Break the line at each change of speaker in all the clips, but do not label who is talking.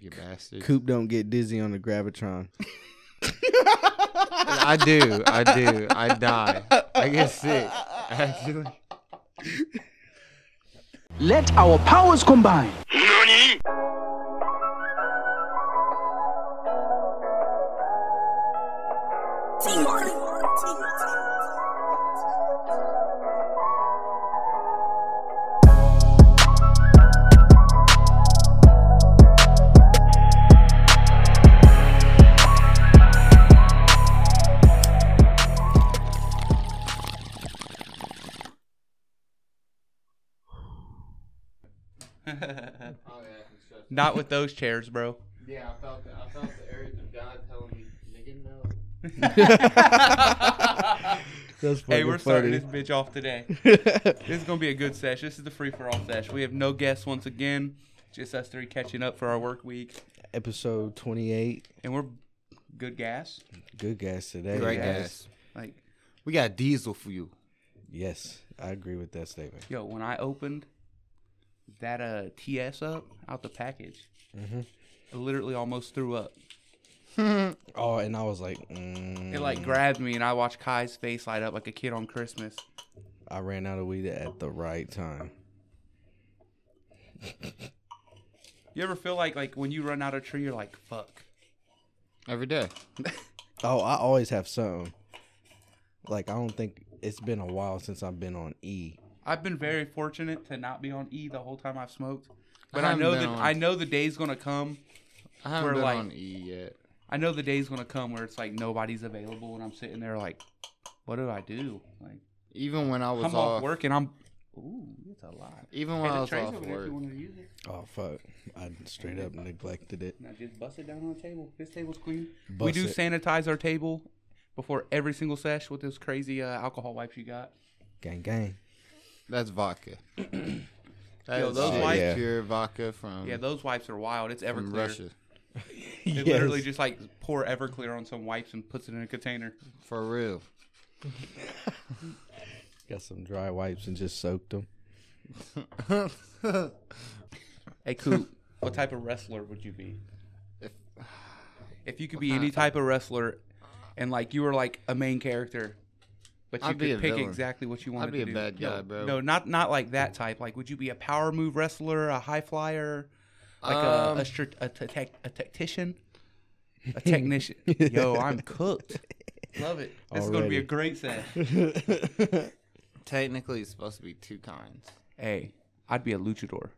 You bastard.
Coop don't get dizzy on the gravitron.
I do. I do. I die. I get sick. Actually.
Let our powers combine.
Oh yeah.
Not with those chairs, bro.
Yeah, I felt the, I felt the urge of God telling me, nigga, no.
That's
hey,
fucking
we're starting
funny.
this bitch off today. This is gonna be a good sesh. This is the free for all sesh. We have no guests once again. Just us three catching up for our work week,
Episode twenty eight.
and we're good gas.
Good guys today.
Right,
guys.
guys.
Like,
We got diesel for you.
Yes, I agree with that statement.
yo, when I opened that uh TS up out the package,
Mm-hmm.
I literally almost threw up.
Oh, and I was like, mm,
It like grabbed me, and I watched Kai's face light up like a kid on Christmas.
I ran out of weed at the right time.
You ever feel like like when you run out of tree, you're like, fuck.
Every day.
Oh, I always have something. Like I don't think it's been a while since I've been on E.
I've been very fortunate to not be on E the whole time I've smoked. But
I
I,
haven't
know
been
that
on-
I know the day's gonna come.
I haven't
We're
been
like-
on E yet.
I know the day's gonna come where it's like nobody's available, and I'm sitting there like, what do I do? Like
Even when I was
I'm off work, and I'm. Ooh, it's a lot.
Even when
Hey,
I
the
was
tray's
off
over there if
work.
you wanna use it.
Oh fuck! I straight up neglected it.
Now just bust it down on the table. This table's clean. we
Bust
do
it.
sanitize our table before every single sesh with those crazy uh, alcohol wipes you got.
Gang gang.
That's vodka. That
Yo,
is
those
shit,
white-
Yeah.
pure vodka from,
Yeah, those wipes are wild. It's
from
Everclear.
Russia.
They literally just like pour Everclear on some wipes and puts it in a container.
For real.
got some dry wipes and just soaked them.
Hey Coop, what type of wrestler would you be?
If-
If you could be any type of wrestler, and like you were like a main character, but you
I'd be a
could pick
villain.
exactly what you wanted
be
to
a
do.
bad guy,
no,
bro.
No, not not like that type. Like, would you be a power move wrestler, a high flyer, like
Um,
a a, str- a, t- tech- a tactician, a technician? Yo, I'm cooked. Love it. This is gonna be
Already.
a great set.
Technically, it's supposed to be two kinds.
hey, I'd be a luchador.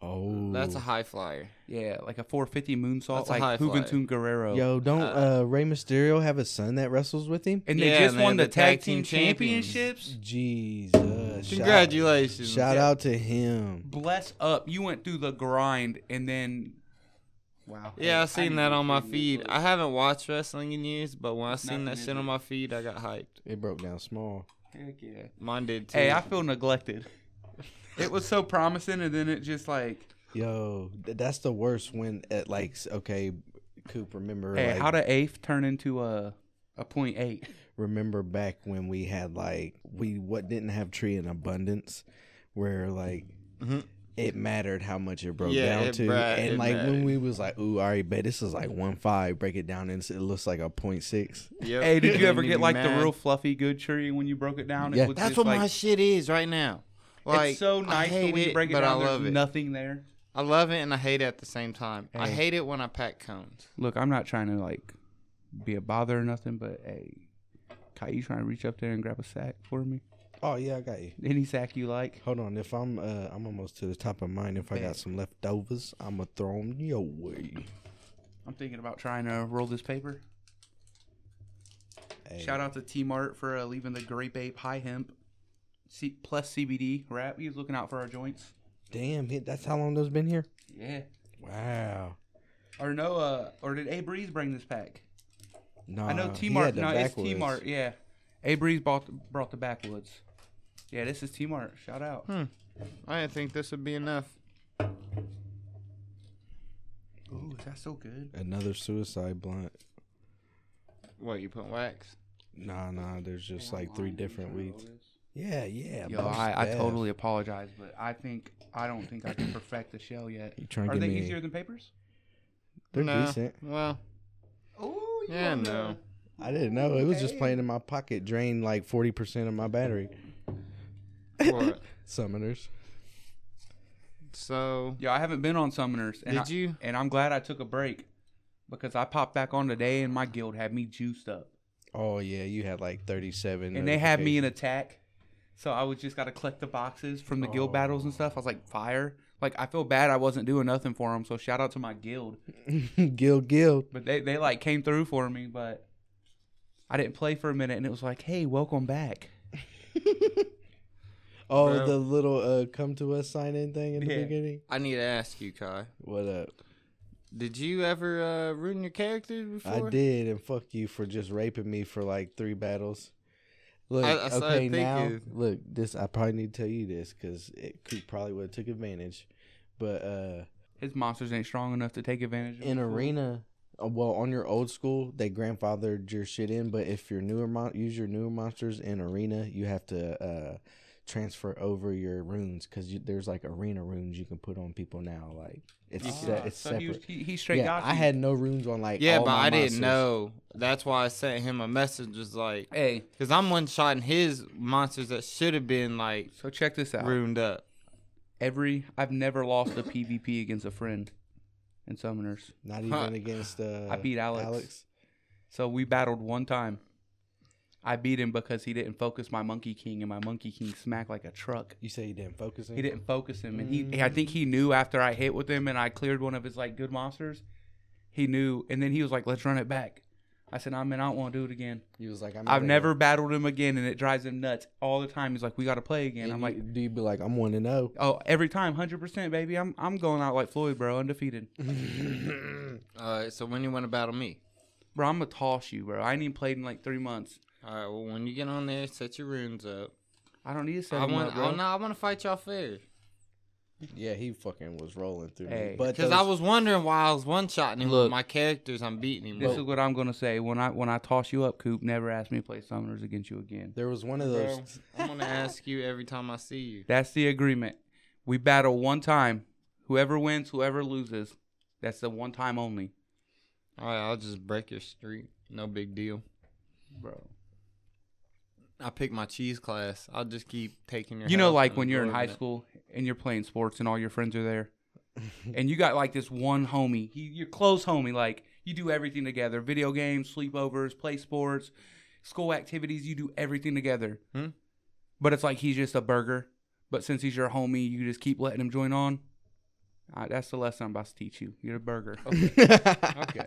oh,
That's a high flyer.
Yeah, like a 450 moonsault,
That's a high
like
flyer.
Juventud Guerrero.
yo. Don't uh, Ray Mysterio have a son that wrestles with him?
And they
Yeah,
just
man,
won the,
the
tag,
tag
team,
team champions.
championships.
Jesus.
Congratulations.
Shout, shout
Yeah.
out to him.
Bless up. You went through the grind and then. Wow.
Yeah,
Hey,
I seen
need
that
to
on my
read
feed.
this.
I haven't watched wrestling in years, but when I seen
Nothing
that
is
shit
it.
on my feed, I got hyped.
It broke down small.
Heck yeah.
Mine did too.
Hey, I feel neglected. It was so promising and then it just like.
Yo, th- that's the worst when at like s- okay, Coop. Remember
Hey,
like,
how did eighth turn into a a point eight?
remember back when we had like we what didn't have tree in abundance, where like it mattered how much it broke
Mm-hmm. Yeah,
down
it
to,
bra-
and
it
like when
mattered.
we was like, ooh, all right, bet this is like one five. Break it down and it looks like a point six.
Yep.
Hey, did you ever
Made
get
me
like the
mad.
real fluffy good tree when you broke it down?
Yeah.
It was
That's
just
what
like,
my shit is right now. Like,
it's so nice
I hate
that when
it,
you break it
but
down,
I love
there's
it.
nothing there.
I love it and I hate it at the same time. I
Hey.
hate it when I pack cones.
Look, I'm not trying to like be a bother or nothing, but hey, Kai, you trying to reach up there and grab a sack for me?
Oh yeah, I got you.
Any sack you like.
Hold on, if I'm uh, I'm almost to the top of mine. If I got some leftovers, I'ma throw them your way.
I'm thinking about trying to roll this paper.
Hey,
Shout out to T Mart for uh, leaving the Grape Ape High Hemp C- plus CBD wrap. He was looking out for our joints.
Damn, hit- that's how long those been here.
Yeah.
Wow.
Or no, uh, or did A Breeze bring this pack?
No,
I know T Mart. No, it's T Mart. Yeah. A Breeze bought brought the backwoods. Yeah, this is T Mart. Shout out.
I didn't think this would be enough.
Ooh, is that so good?
Another suicide blunt.
What, you put wax?
Nah, nah. There's just like three different weeds. Yeah, yeah.
Yo,
most
I, I
def.
totally apologize, but I think I don't think I can perfect the shell yet.
You trying to
Are
give
they
me-
easier than papers?
They're
no.
decent.
Well,
Ooh, you
yeah,
wanna-
no.
I didn't know. It was just playing in my pocket, drained like forty percent of my battery.
What?
Summoners.
So
Yo, I haven't been on Summoners. And
Did
I-
you?
And I'm glad I took a break because I popped back on today and my guild had me juiced up.
Oh yeah, you had like thirty seven.
and they had me in attack. So I was just got to collect the boxes from the
Oh.
guild battles and stuff. I was like, fire. Like, I feel bad I wasn't doing nothing for them. So shout out to my guild.
Gil Gil.
But they, they like came through for me, but I didn't play for a minute. And it was like, hey, welcome back.
Oh,
Bro.
the little uh, come to us sign in thing in the
Yeah.
beginning.
I need to ask you, Kai.
What up?
Did you ever uh, ruin your character before?
I did, and fuck you for just raping me for like three battles. Look,
I- I started
okay, now
thinking-
look, this I probably need to tell you this because it could, probably would have took advantage, but uh,
His monsters ain't strong enough to take advantage of
in
us.
arena, uh, well, on your old school, they grandfathered your shit in, but if your newer mon- use your newer monsters in arena, you have to uh transfer over your runes because you, there's like arena runes you can put on people now. Like it's
You
se-
can-
it's
Ah, so
separate.
he, was- he, he straight
yeah,
got
I
you.
had no runes on like
Yeah,
all
but
my
I
monsters.
didn't know. That's why I sent him a message. Was like,
Hey,
because I'm one shotting his monsters that should have been like
so check this out.
ruined up.
Every I've never lost a PvP against a friend in Summoners.
Not even against. Uh,
I beat Alex. So we battled one time. I beat him because he didn't focus my Monkey King, and my Monkey King smacked like a truck.
You say you didn't focus.
He didn't focus him, and he I think he knew after I hit with him and I cleared one of his like good monsters. He knew, and then he was like, "Let's run it back." I said, "I mean, I don't want to do it again.
He was like, I'm
I've never battled him again, and it drives him nuts all the time. He's like, we got to play again.'
And
I'm
you-
like,
do you be like, I'm one to know?
oh, every time, hundred percent, baby. I'm I'm going out like Floyd, bro, undefeated.
All right, so when you want to battle me?
bro, I'm gonna toss you, bro. I ain't even played in like three months.
All right, well when you get on there, set your runes up.
I don't need to set
I
him
want.
up, bro.
Oh no, I want to fight y'all fair.
Yeah, he fucking was rolling through.
Hey.
me. But
Because
those,
I was wondering why I was one shotting him.
Look.
with my characters, I'm beating him.
This is what I'm gonna say when I when I toss you up, Coop. Never ask me to play Summoners against you again.
there was one of
Bro,
those.
I'm gonna ask you every time I see you.
That's the agreement. We battle one time. Whoever wins, whoever loses. That's the one time only,
All right, I'll just break your streak. No big deal.
bro.
I pick my cheese class. I'll just keep taking your.
You know,
health
like
and
when you're in high
absorbing it.
school and you're playing sports and all your friends are there, and you got like this one homie, he, your close homie. Like you do everything together: video games, sleepovers, play sports, school activities. You do everything together.
Hmm.
But it's like he's just a burger. But since he's your homie, you just keep letting him join on. Uh, that's the lesson I'm about to teach you. You're a burger.
Okay.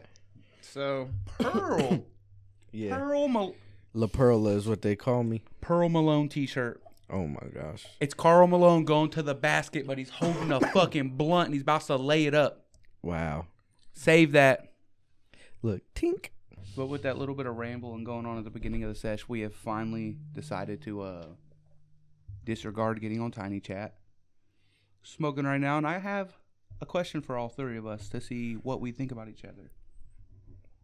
So
Pearl,
yeah,
Pearl, Mal-
La Perla is what they call me.
Pearl Malone T-shirt.
Oh my gosh.
It's Carl Malone going to the basket, but he's holding a fucking blunt and he's about to lay it up.
Wow.
Save that.
Look, tink.
But with that little bit of ramble and going on at the beginning of the sesh, we have finally decided to uh, disregard getting on Tiny Chat. Smoking right now, and I have a question for all three of us to see what we think about each other.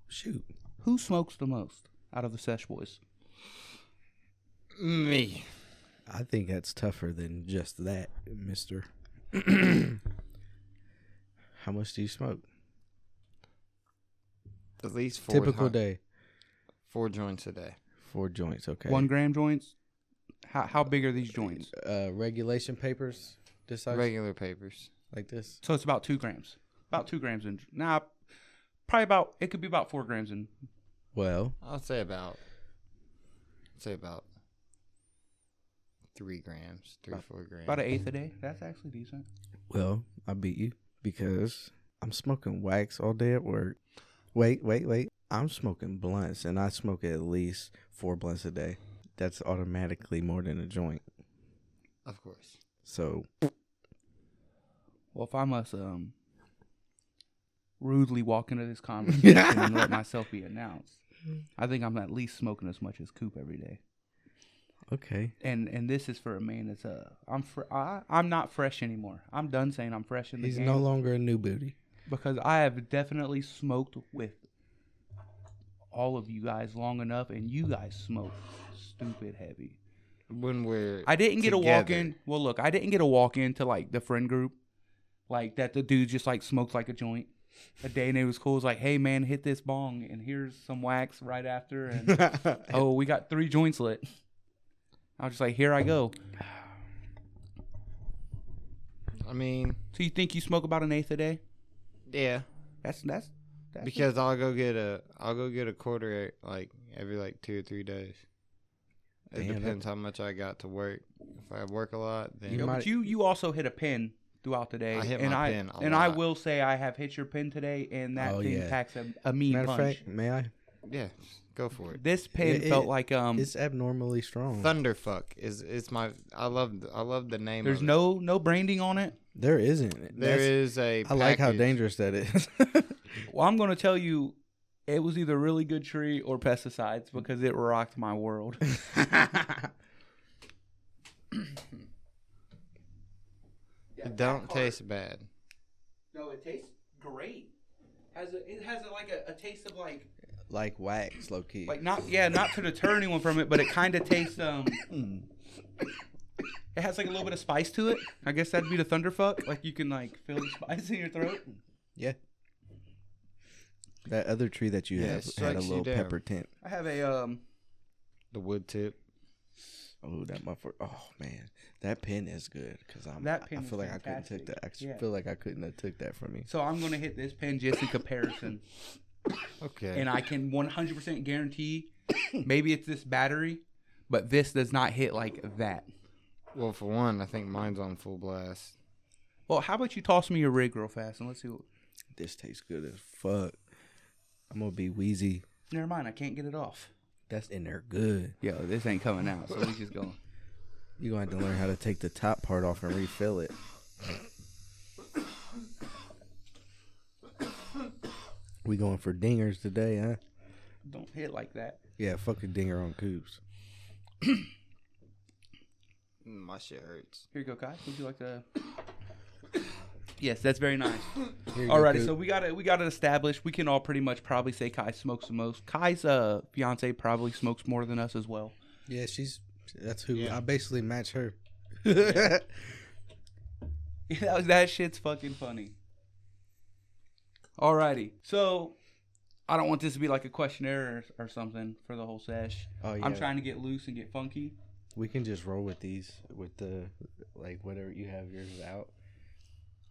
Shoot.
Who smokes the most out of the sesh boys?
me.
I think that's tougher than just that, Mister. How much do you smoke?
At least four.
Typical
ti-
day.
Four joints a day.
Four joints. Okay.
One gram joints? How, how big are these joints?
uh, regulation papers. This size,
Regular papers.
like this.
So it's about two grams. About two grams in. Nah, probably about. It could be about four grams in.
Well,
I'll say about. say about. Three grams, three four grams.
About an eighth a day. That's actually decent.
Well, I beat you because I'm smoking wax all day at work. Wait, wait, wait. I'm smoking blunts and I smoke at least four blunts a day. That's automatically more than a joint.
of course.
So,
Well, if I must um rudely walk into this conversation and let myself be announced, I think I'm at least smoking as much as Coop every day.
okay.
And and this is for a man that's uh I'm fr- I, I'm not fresh anymore. I'm done saying I'm fresh in the
He's
game
no longer a new booty.
because I have definitely smoked with all of you guys long enough, and you guys smoke stupid heavy.
When we're
I didn't get a walk
together.
in. Well, look, I didn't get a walk in to like the friend group, like that the dude just like smoked like a joint. a day and it was cool. It's like, hey man, hit this bong and here's some wax right after and oh, we got three joints lit. I was just like, here I go.
I mean,
So you think you smoke about an eighth a day?
yeah.
That's that's that's
Because I'll go get a I'll go get a quarter like every like two or three days. It
Damn, that-
depends how much I got to work. If I work a lot, then
you, know, but
might-
you you also hit a pin throughout the day.
I hit
and
my
I
pin a
and I
lot.
will say I have hit your pin today and that
Oh,
thing
yeah.
packs a, a mean
Matter of
punch.
fact, may I?
yeah, go for it.
this pin
It-
felt
it-
like um
It's abnormally strong.
Thunderfuck is it's my I love I love the name.
there's
of it.
no no branding on it.
There isn't.
There
That's-
is a.
I like how
package.
dangerous that is.
Well, I'm going to tell you, it was either really good tree or pesticides because it rocked my world.
It don't taste bad.
No, it tastes great. Has a, it has a, like a, a taste of like
like wax, low key.
like not yeah not to deter anyone from it, but it kind of tastes um. It has like a little bit of spice to it. I guess that'd be the thunderfuck. Like you can like feel the spice in your throat.
yeah. That other tree that you
Yeah,
have
it
had a
strikes you
little
down.
pepper tint.
I have a um.
The wood tip.
Oh, that motherfucker! Oh man, that pin is good because I'm.
That
I
pin
feel
is
like I couldn't
fantastic.
take that. I
Yeah.
feel like I couldn't have took that from me.
So I'm gonna hit this pen just in comparison.
Okay.
and I can 100% guarantee maybe it's this battery, but this does not hit like that.
well, for one, I think mine's on full blast.
Well, how about you toss me your rig real fast and let's see what.
This tastes good as fuck. I'm gonna be wheezy.
Never mind, I can't get it off.
That's in there good.
Yo, this ain't coming out, so we just going.
You gonna have to learn how to take the top part off and refill it. we going for dingers today, huh?
Don't hit like that.
Yeah, fucking dinger on coops.
Mm, My shit hurts.
Here you go, Kai. Would you like to? Yes, that's very nice.
Here you go,
Alrighty,
Coop.
so we got it. We got it established. We can all pretty much probably say Kai smokes the most. Kai's uh fiance probably smokes more than us as well.
yeah, she's that's who
Yeah.
I basically match her.
that, that shit's fucking funny. Alrighty. So, I don't want this to be like a questionnaire or, or something for the whole sesh.
Oh,
I'm
yeah.
trying to get loose and get funky.
we can just roll with these with the like whatever you have yours out.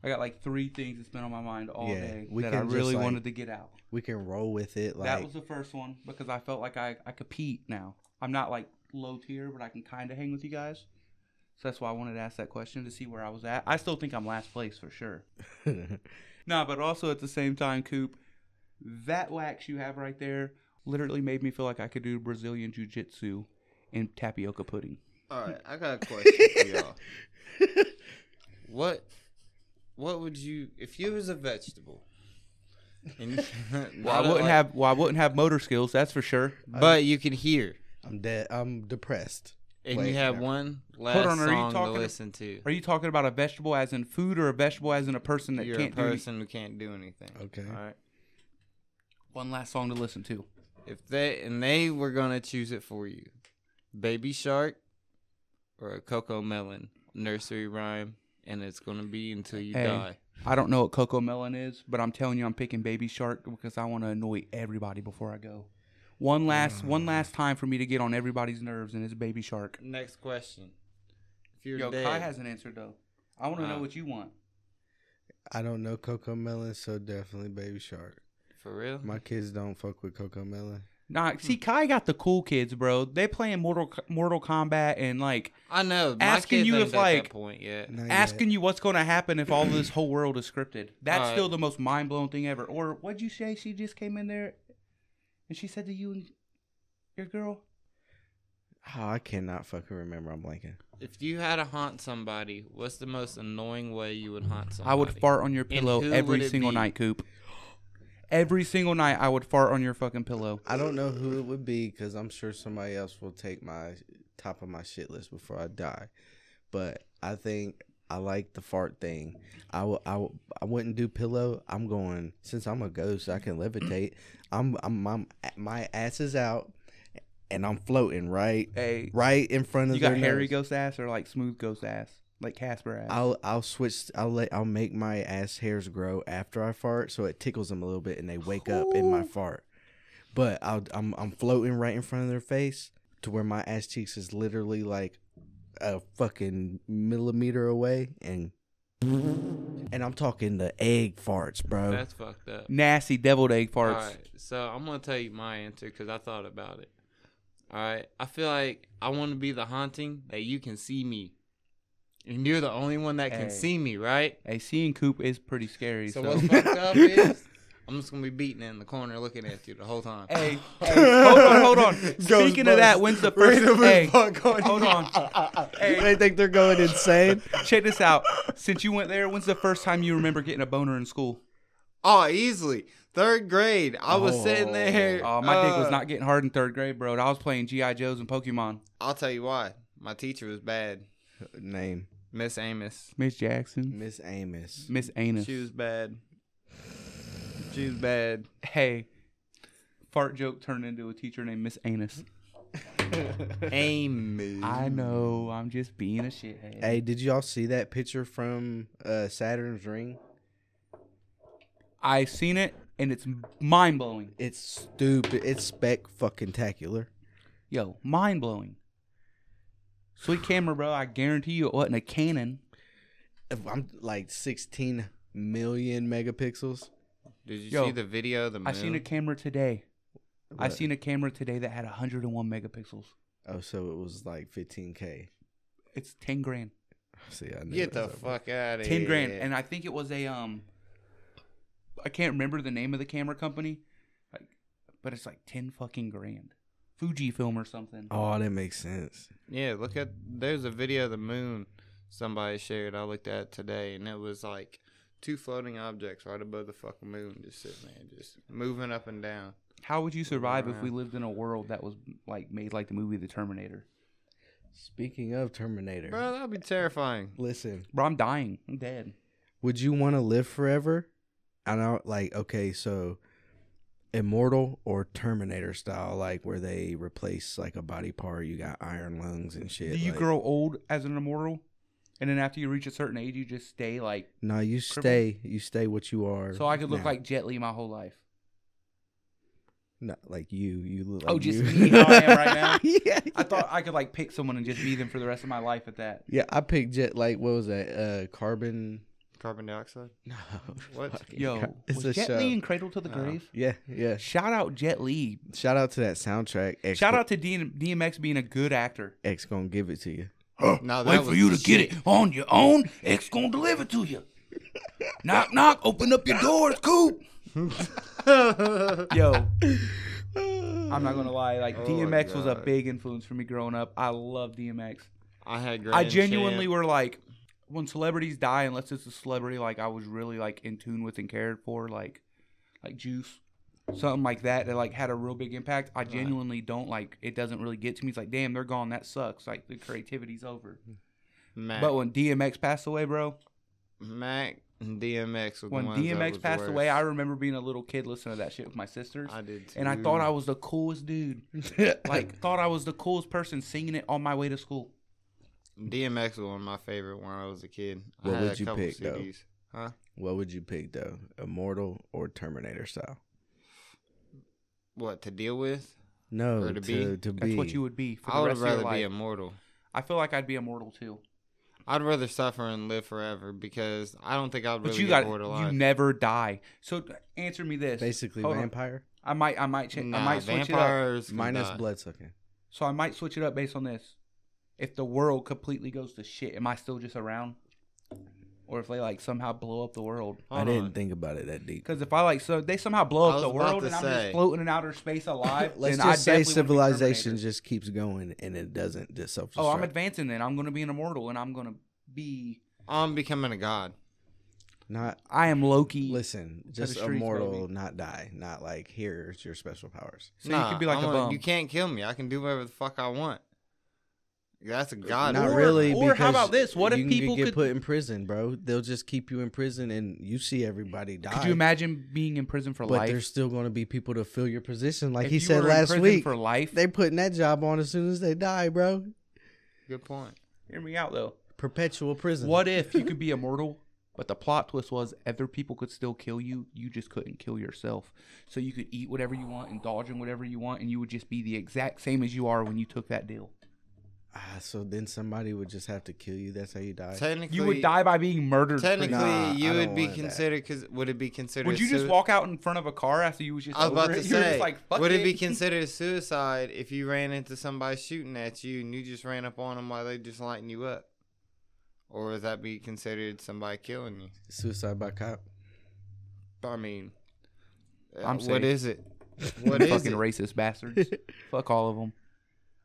I got like three things that's been on my mind all
Yeah,
day
we
that I
can just,
really
like,
wanted to get out.
We can roll with it. Like
that was the first one because I felt like I, I compete now. I'm not like low tier, but I can kind of hang with you guys. So that's why I wanted to ask that question to see where I was at. I still think I'm last place for sure. Nah, but also at the same time, Coop, that wax you have right there literally made me feel like I could do Brazilian jiu jitsu and tapioca pudding.
All right, I got a question for y'all. What, what would you if you was a vegetable? And,
Well, I wouldn't have well, I wouldn't have motor skills, that's for sure.
Uh,
But you can hear,
I'm dead. I'm depressed.
and
Wait,
you have
no.
one last
on, are you
song to
talking-
listen to.
Are you talking about a vegetable as in food or a vegetable as in a person that
You're a
can't do any-
person who can't do anything.
Okay.
All right.
one last song to listen to?
If they and they were gonna choose it for you, baby shark or a cocoa melon nursery rhyme, and it's gonna be until you
Hey.
die.
I don't know what cocoa melon is, but I'm telling you, I'm picking baby shark because I want to annoy everybody before I go. One last, one last time for me to get on everybody's nerves, and it's baby shark.
Next question. If you're
Yo,
dead,
Kai hasn't answered though. I want to know
Wow.
what you want.
I don't know Coco Melon, so definitely Baby Shark.
for real,
My kids don't fuck with Coco Melon.
Nah, see, Kai got the cool kids, bro. They playing Mortal Mortal Kombat and like
I know. My
Asking
kids
you
ain't
if,
at
like-
that point yet.
Not yet.
asking you what's going to happen if all this whole world is scripted. That's
Alright.
still the most mind blowing thing ever. Or what'd you say? She just came in there and she said to you and your girl.
Oh, I cannot fucking remember. I'm blanking.
If you had to haunt somebody, what's the most annoying way you would haunt somebody?
I would fart on your pillow
who would
every
it
single
be?
night, Coop. Every single night, I would fart on your fucking pillow.
I don't know who it would be because I'm sure somebody else will take my top of my shit list before I die. But I think I like the fart thing. I will. I will, I wouldn't do pillow. I'm going since I'm a ghost. I can levitate. I'm. I'm. I'm my ass is out, and I'm floating right,
Hey,
right in front of.
you got
their
hairy
nose.
ghost ass or like smooth ghost ass? like Casper ass.
I'll I'll switch. I'll let I'll make my ass hairs grow after I fart, so it tickles them a little bit, and they wake up in my fart. But I'll, I'm I'm floating right in front of their face to where my ass cheeks is literally like a fucking millimeter away, and and I'm talking the egg farts, bro.
That's fucked up.
Nasty deviled egg farts.
All right, so I'm gonna tell you my answer because I thought about it. All right, I feel like I want to be the haunting that you can see me, and you're the only one that
Hey.
can see me, right?
Hey, seeing Coop is pretty scary.
So
So,
what's fucked up is I'm just gonna be beating in the corner looking at you the whole time.
hey, hey, hold on, hold on. Speaking of that, when's the first? Hey, hold on.
they
hey,
think they're going insane.
check this out. Since you went there, when's the first time you remember getting a boner in school?
Oh, easily third grade. I was sitting there.
Oh, my dick was
uh,
not getting hard in third grade, bro. I was playing GI Joes and Pokemon.
I'll tell you why. My teacher was bad,
Name
Miss Amos.
Miss Jackson,
Miss Amos.
Miss Anus.
She was bad. She was bad.
Hey, fart joke turned into a teacher named Miss Anus.
Amos.
I know. I'm just being a shithead.
Hey, did y'all see that picture from uh, Saturn's ring?
I seen it and it's mind blowing.
It's stupid. It's spec fucking tacular.
Yo, mind blowing. Sweet camera, bro. I guarantee you it wasn't a Canon.
If I'm like 16 million megapixels.
Did you
Yo,
see the video of the moon?
I seen a camera today. I
What?
seen a camera today that had 101 megapixels.
Oh, so it was like 15k.
It's 10 grand.
See, I knew
Get
it
the
was over.
fuck out of here.
10 grand. And I think it was a um I can't remember the name of the camera company. Like but it's like 10 fucking grand. Fujifilm or something.
Oh, that makes sense.
yeah, look at there's a video of the moon somebody shared. I looked at it today, and it was like two floating objects right above the fucking moon, just sitting there, just moving up and down.
How would you survive if
Wow.
we lived in a world that was like made like the movie The Terminator?
Speaking of Terminator,
Bro, that'd be terrifying.
listen,
Bro, I'm dying. I'm dead.
would you want to live forever? I know, like, okay, so immortal or Terminator style, like where they replace like a body part. You got iron lungs and shit.
Do you
like-
grow old as an immortal? And then after you reach a certain age, you just stay like.
No, you
crippled?
stay. You stay what you are.
So I could look
now.
like Jet Li my whole life.
no, like you. You look.
Oh,
like
just
you.
me, how I am right now?
yeah,
I thought I could like pick someone and just be them for the rest of my life at that.
Yeah, I picked jet. Like, what was that? Uh, carbon.
Carbon dioxide?
No.
What?
fucking
Yo,
car- it's a
was Jet
show.
Li in Cradle to the
No.
Grave?
yeah, yeah.
Shout out Jet Li.
Shout out to that soundtrack. X
Shout out to D- DMX being a good actor.
X gonna give it to you.
No, that was the shit.
on your own. X gonna deliver to you. knock knock. Open up your doors, Coop. Yo, I'm not gonna lie. Like
Oh,
DMX was a
God.
big influence for me growing up. I love DMX.
I had great.
I genuinely were like, when celebrities die, unless it's a celebrity like I was really like in tune with and cared for, like like Juice, something like that that like had a real big impact. I genuinely don't like it. Doesn't really get to me. It's like, damn, they're gone. That sucks. Like the creativity's over.
Mac,
But when DMX passed away, bro,
Mac and DMX were the
when
ones that
DMX
was
passed
worse.
away, I remember being a little kid listening to that shit with my sisters.
I did too.
and I thought I was the coolest dude. like, thought I was the coolest person singing it on my way to school.
DMX was one of my favorite when I was a kid. I
What
had
would
a
you
couple
pick, though?
CDs. Huh?
What would you pick though? Immortal or Terminator style?
What to deal with?
No,
Or
to,
to
to,
be?
That's
be.
what you would be for the
I would
rest of your
rather be
life.
immortal.
I feel like I'd be immortal too.
I'd rather suffer and live forever because I don't think I'd
But
really
you
get
got
bored of
you
life.
never die. So answer me this.
basically
Hold on.
vampire
I might I might cha-
nah,
I might switch it up.
vampires can
minus
die.
blood sucking.
So I might switch it up based on this. If the world completely goes to shit, am I still just around? Or if they like somehow blow up the world?
Hold
I didn't
on.
think about it that deep.
Because if I like so they somehow blow
I
up the
was about
world
to
and I'm just
say-
floating in outer space alive,
Let's just
then I
say
definitely would be
civilization
Terminator.
just keeps going and it doesn't just self destruct.
Oh, I'm advancing. Then I'm going to be an immortal, and I'm going to be.
I'm becoming a god.
not
I am Loki.
listen, just
streets,
immortal,
baby.
not die, not like here's your special powers.
So you could be like
I'm
a bum.
You can't kill me. I can do whatever the fuck I want. That's a god.
Not
order.
really.
or how
because
about this? What if
you can get-
people
get
could-
put in prison, bro? They'll just keep you in prison, and you see everybody die.
Could you imagine being in prison for
But
life?
there's still going to be people to fill your position, like
If
he
you
said
were in
last
prison
week.
For life,
They putting that job on as soon as they die, bro.
Good point.
hear me out though.
Perpetual prison.
What if you could be immortal, but the plot twist was other people could still kill you, you just couldn't kill yourself. So you could eat whatever you want, indulge in whatever you want, and you would just be the exact same as you are when you took that deal.
Ah, so then somebody would just have to kill you. That's how you die.
Technically,
You would die by being murdered. pretty
Technically,
much.
Nah, I
you
don't
would be
want that.
considered. Cause would it be considered?
would you just
sui-
walk out in front of a car after you was just?
I was about to
over it? You were just
say,
like, "Fuck
would it be
it."
considered suicide if you ran into somebody shooting at you and you just ran up on them while they just lighting you up? Or would that be considered somebody killing you?
Suicide by cop.
I mean, uh,
I'm
what
safe.
is it? What is
fucking
it?
racist bastards. Fuck all of them.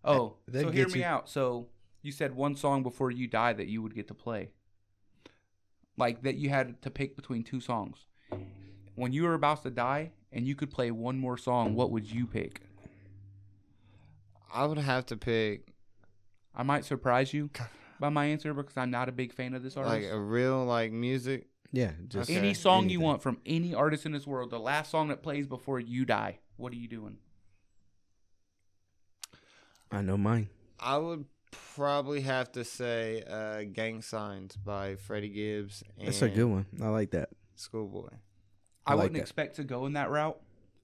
Oh,
That
so hear
gets
me
you-
out. So you said one song before you died that you would get to play. Like that you had to pick between two songs. When you were about to die and you could play one more song, what would you pick?
I would have to pick
I might surprise you by my answer because I'm not a big fan of this
like
artist.
a real like music.
Yeah, just
Okay.
Any song you
anything.
want from any artist in this world, the last song that plays before you die, what are you doing?
I know mine.
I would probably have to say uh, "Gang Signs" by Freddie Gibbs. And
That's a good one. I like that.
Schoolboy.
I,
I like
wouldn't
that.
expect to go in that route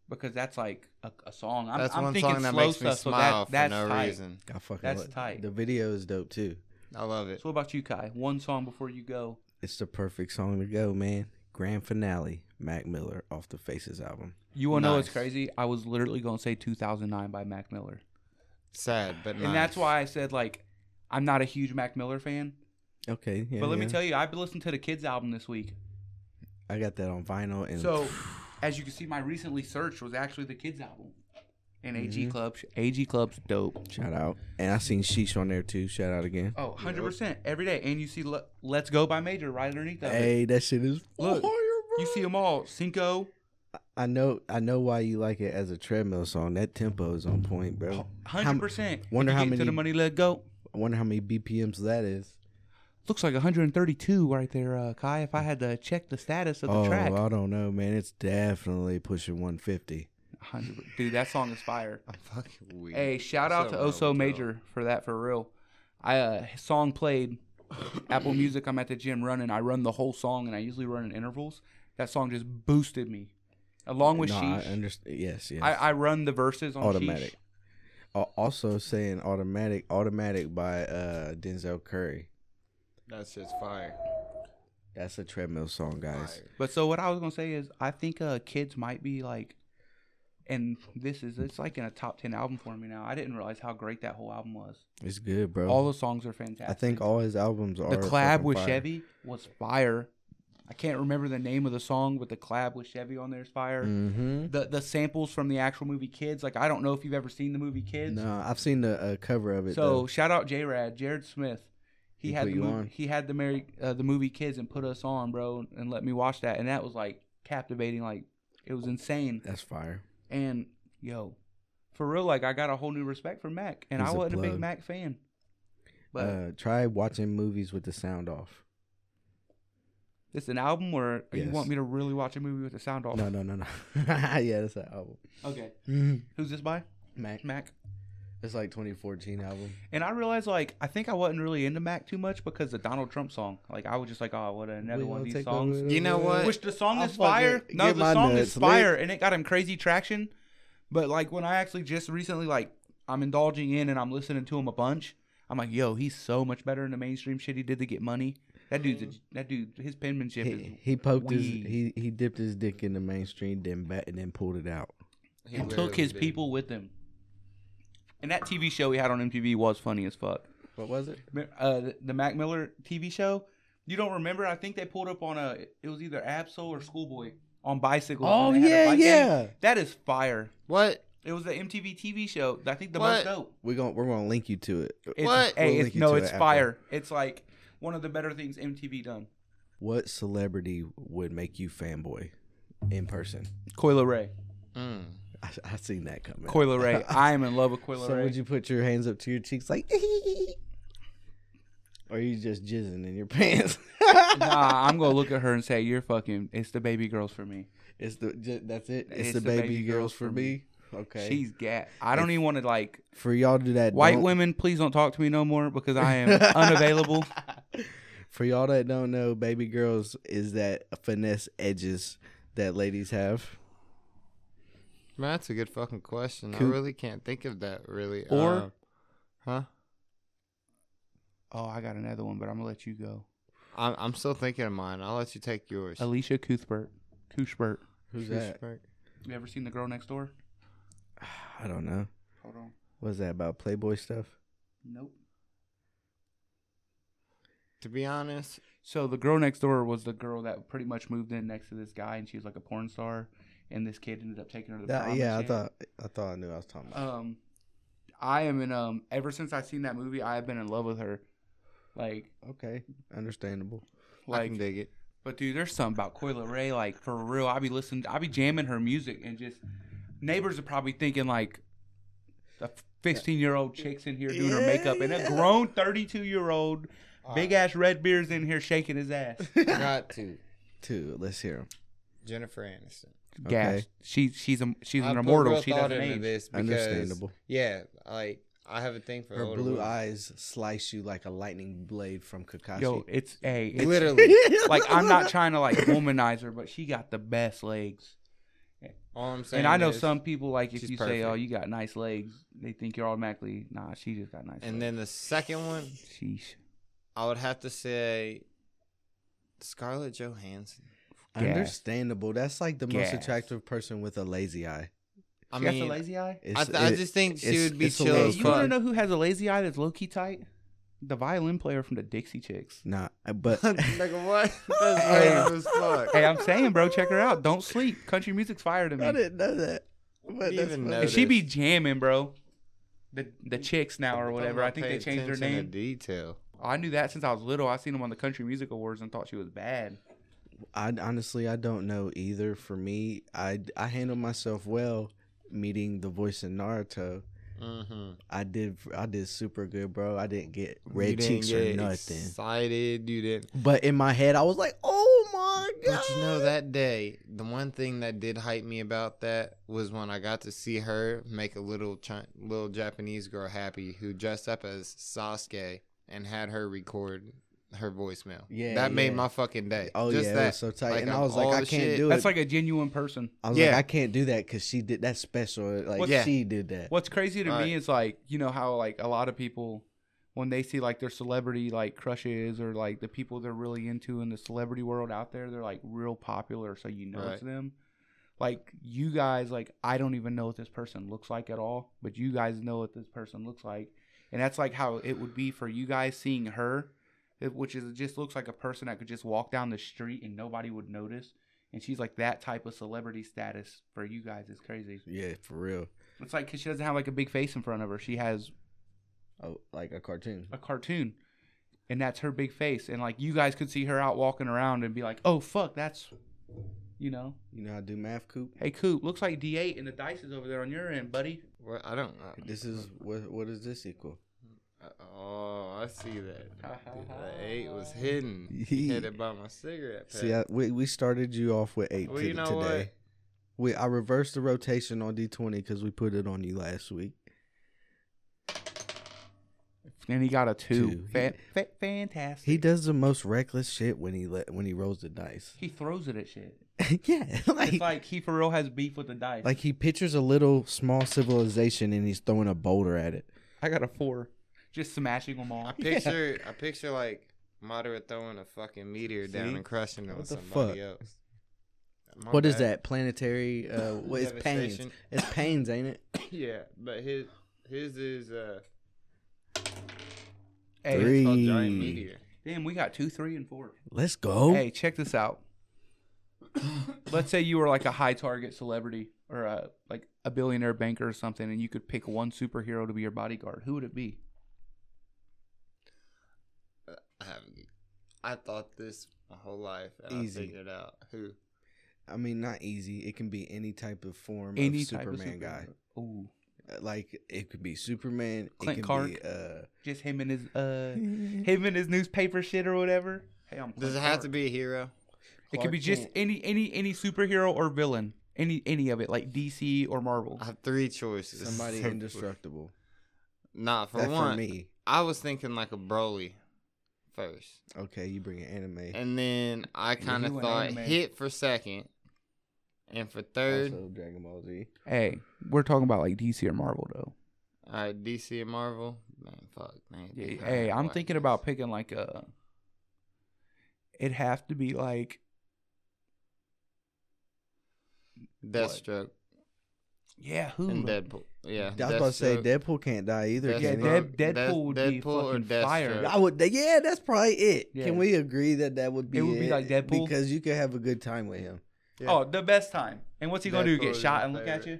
because that's like a, a song. I'm,
That's
I'm
one
thinking
song that
slow
makes me
stuff,
smile
so that, that's
for no
tight.
reason.
I fucking
That's
love-
tight.
The video is dope too.
I love
So
it.
what about you, Kai? One song before you go.
It's the perfect song to go, man. Grand finale, Mac Miller off the Faces album.
You wanna know what's
Nice.
crazy? I was literally gonna say 2009 by Mac Miller,
Sad, but nice.
and that's why I said like I'm not a huge Mac Miller fan.
Okay, yeah,
but let me
yeah.
tell you, I've been listening to the Kids album this week.
I got that on vinyl and
So as you can see, my recently searched was actually the Kids album. And AG
Mm-hmm.
Mhm.
Club, AG Club's dope.
shout out. And I seen Sheesh on there too. Shout out again.
Oh, 100% every day. And you see Le- Let's Go by Major right underneath that.
Hey, that shit is
Look,
fire,
You
bro.
see them all. Cinco,
I know, I know why you like it as a treadmill song. That tempo is on point, bro. How
hundred
m-
percent.
wonder how
to the
many-
money let go.
I wonder how many BPMs that is.
Looks like 132 right there, uh, Kai. If I had to check the status of the
Oh,
track,
I don't know, man. It's definitely pushing 150.
100 dude, that song is fire.
I'm fucking weird.
Hey, shout out to
Something wrong
Oso
with y'all.
Major for that for real. I uh, his song played Apple Music. I'm at the gym running. I run the whole song, and I usually run in intervals. That song just boosted me. Along with
no, I
Sheesh,
understand. Yes, yes.
I, I run the verses on
automatic.
Sheesh.
Al- Also saying automatic, automatic by uh, Denzel Curry.
That's just fire.
That's a treadmill song, guys.
Fire.
But so what I was gonna say is I think uh kids might be like and this is it's like in a top ten album for me now. I didn't realize how great that whole album was.
It's good, bro.
All the songs are fantastic.
Oh. I think all his albums are
the collab
fucking
with
fire.
Chevy was fire. I can't remember the name of the song, but the collab with Chevy on there is fire.
Mhm.
The the samples from the actual movie Kids, like I don't know if you've ever seen the movie Kids.
No, I've seen the uh, cover of it.
So
though.
shout out J Rad, Jared Smith. He,
He put
had the
you
movie,
on.
he had the Mary, uh, the movie Kids and put us on, bro, and let me watch that, and that was like captivating, like it was insane.
that's fire.
And yo, for real, like I got a whole new respect for Mac, and
He's
I
a
wasn't a, big
plug.
Mac fan, but
uh, try watching movies with the sound off.
it's an album where you
Yes.
want me to really watch a movie with the sound off.
No, no, no, no. yeah, that's that album.
Okay,
Mhm.
who's this by?
Mac.
Mac.
It's like 2014 album.
And I realized, like, I think I wasn't really into Mac too much because the Donald Trump song. Like, I was just like, oh, what another
We
one
gonna
of these
take the
songs.
little
You know
way.
what?
Which the song
I'll
is fire.
fucking
No,
get
the
my
song
nuts
is fire, and it got him crazy traction. But like when I actually just recently like I'm indulging in and I'm listening to him a bunch, I'm like, yo, he's so much better in the mainstream shit he did to get money. That dude's a, that dude. His penmanship is
Mm-hmm. He, he poked his
weed.
he, he dipped his dick in the mainstream, then bat and then pulled it out.
He
and
really
took his
did.
people with him. And that TV show he had on MTV was funny as fuck.
What was it?
uh, the Mac Miller TV show. You don't remember? I think they pulled up on a. It was either Absol or Schoolboy on bicycles.
Oh,
and they had a
yeah,
bike gang.
yeah.
That is fire.
What?
It was the MTV TV show. I think the most
What?
dope.
We're gonna we're gonna link you to it.
It's,
What?
Hey,
We'll
it's-
link you
no,
to
it's
it after.
fire. It's like one of the better things MTV done.
What celebrity would make you fanboy in person?
Coil Ray.
Mm.
I, I seen that coming.
Coil Ray. I am in love with Coil
so
Ray.
would you put your hands up to your cheeks like? or you just jizzing in your pants?
nah, I'm gonna look at her and say, "You're fucking. It's the baby girls for me.
it's the ju- that's it. It's,
It's
the, baby, girls, for me. Okay.
She's gat. I don't even want to like
for y'all to do that
white
don't-
women. Please don't talk to me no more because I am unavailable.
For y'all that don't know, baby girls is that finesse edges that ladies have.
Man, that's a good fucking question.
Coop.
I really can't think of that really.
Or-
Um, huh?
Oh, I got another one, but I'm gonna let you go.
I'm I'm still thinking of mine. I'll let you take yours.
Alicia Cuthbert. Cuthbert.
Who's that?
You ever seen the girl next door?
I don't know.
Hold on.
Was that about Playboy stuff?
Nope.
To be honest,
So the girl next door was the girl that pretty much moved in next to this guy, and she was like a porn star, and this kid ended up taking her to the
That-
prom and
yeah, I
shit.
thought I thought I knew what I was talking about.
Um, I am in um. Ever since I've seen that movie, I have been in love with her. Like,
okay, understandable.
I can
like,
dig it.
but dude, there's something about Coyle Ray. Like for real, I be listening, I be jamming her music, and just neighbors are probably thinking like, a 15 year old chick's in here doing her makeup, and a grown 32 year old
uh,
big ass red beard's in here shaking his ass.
Got to
Two. Let's hear 'em.
Jennifer Aniston.
Gas.
Okay.
She she's a she's
I
an
put
immortal.
real
She
thought
doesn't
into
age.
This because,
Understandable.
Yeah, like I have a thing for
Her
older
blue
women.
eyes slice you like a lightning blade from Kakashi.
Yo, it's a it's
Literally
like I'm not trying to like womanize her, but she got the best legs.
all I'm saying.
And I know
is-
some people like if
she's
you say, "Oh,
perfect.
you got nice legs," they think you're automatically nah. She just got nice.
And
legs.
then the second one,
sheesh.
I would have to say Scarlett Johansson.
Gas.
understandable. That's like the most
Gas.
attractive person with a lazy eye.
I
she
mean,
got the lazy eye.
I, th- I
it-
just think she
it's-
would be
it's a
chill
little
Hey,
as
you want to
fuck.
know who has a lazy eye that's low key tight? The violin player from the Dixie Chicks.
nah, uh, but
Nigga, what? That's lame as fuck.
Hey, I'm saying, bro, check her out. Don't sleep. Country music's fire to me.
I didn't know that. But
Didn't
that's
even
funny.
know
And she
this.
be jamming, bro. The the chicks now or whatever. I
Don't
think
pay
they changed their
attention to
name.
Detail.
I knew that since I was little. I seen them on the Country Music Awards and thought she was bad.
I honestly I don't know either. For me, I I handle myself well. Meeting the voice in Naruto,
Mm-hmm.
I did I did super good, bro. I didn't get red cheeks or nothing.
Excited, you didn't.
But in my head, I was like, "Oh my god!"
But you know that day, the one thing that did hype me about that was when I got to see her make a little chi- little Japanese girl happy who dressed up as Sasuke and had her record her voicemail.
Yeah,
that made
yeah.
my fucking day.
oh
Just
yeah,
that.
it was so tight,
Like,
and I
of
was like,
all
"I
the
can't
shit-
do it."
That's like a genuine person.
I was like,
Yeah.
"I can't do that" because she did that special. Like
What's- Yeah.
she did that.
What's crazy to
Right.
me is like, you know how like a lot of people when they see like their celebrity like crushes or like the people they're really into in the celebrity world out there, they're like real popular, so you know it's
Right.
them. Like you guys, like I don't even know what this person looks like at all, but you guys know what this person looks like, and that's like how it would be for you guys seeing her, it- which is it just looks like a person that could just walk down the street and nobody would notice, and she's like that type of celebrity status for you guys is crazy.
Yeah, for real.
It's like 'cause she doesn't have like a big face in front of her. She has
Oh, like a cartoon.
a cartoon, and that's her big face. And like you guys could see her out walking around and be like, "Oh fuck, that's," you know,
You know how to do math, Coop?
"Hey Coop, looks like D8 and the dice is over there on your end, buddy."
What- I don't know.
This is what. What is this equal?
Oh, I see that. The eight was hidden. Hit it by my cigarette. Pack.
See, I, we we started you off with eight
well,
to-
you know
today.
what?
We I reversed the rotation on D twenty because we put it on you last week.
And he got a two.
Two.
Fa- fa- fantastic.
He
He
does the most reckless shit when he let when he rolls the dice.
he throws it at shit.
yeah,
It's
like, like
like he for real has beef with the dice.
he pictures a little small civilization and he's throwing a boulder at it.
I got a four, just smashing them all.
I picture, I picture like moderate throwing a fucking meteor down
See?
and crushing on
What the
somebody
fuck?
else. My
What is
bad.
that planetary? Uh, what is pains?
Devastation.
It's pains, ain't it?
Yeah, but his his is uh
Hey,
Three.
it's called giant meteor.
damn, we got two, three, and four.
Let's go.
Hey, check this out. Let's say you were like a high target celebrity or a, like a billionaire banker or something, and you could pick one superhero to be your bodyguard. Who would it be?
I haven't. e, I thought this my whole life and
Easy.
I figured out who.
I mean, not easy. It can be any type of form
Any
of
type
Superman
of superhero.
guy.
Ooh,
Uh, Like it could be Superman.
Clint
it could
Clark.
Be, uh,
just him and his uh, him and his newspaper shit or whatever. Hey, I'm
Does it have to be a hero?
It could be just any any any superhero or villain. Any any of it, like DC or Marvel.
I have three choices.
somebody indestructible.
Nah, for
That
one,
for me.
I was thinking like a Broly first,
Okay, you bring an anime.
and then I
he
kind of
went
thought
anime.
hit for second, and for third,
also Dragon Ball Z.
Hey, we're talking about like DC or Marvel though.
all right, DC and Marvel. Man, fuck, man.
Yeah,
They
hey,
kinda
I'm
like
thinking
this.
about picking like a. It'd have to be like
Deathstroke
yeah, who?
and Deadpool. Yeah,
I was about to say
Deathstroke.
Deadpool can't die either.
Deathstroke.
Yeah,
can he?
Dead, Deadpool
Death-
would be
Deadpool or
fucking
Deathstroke?
fire.
I would. Yeah, that's probably it.
Yeah.
Can we agree that that would be?
It would be like Deadpool?
because you could have a good time with him.
Yeah.
Oh, the best time. And what's he gonna do?
Deadpool
Get
is
shot
my
and look at you?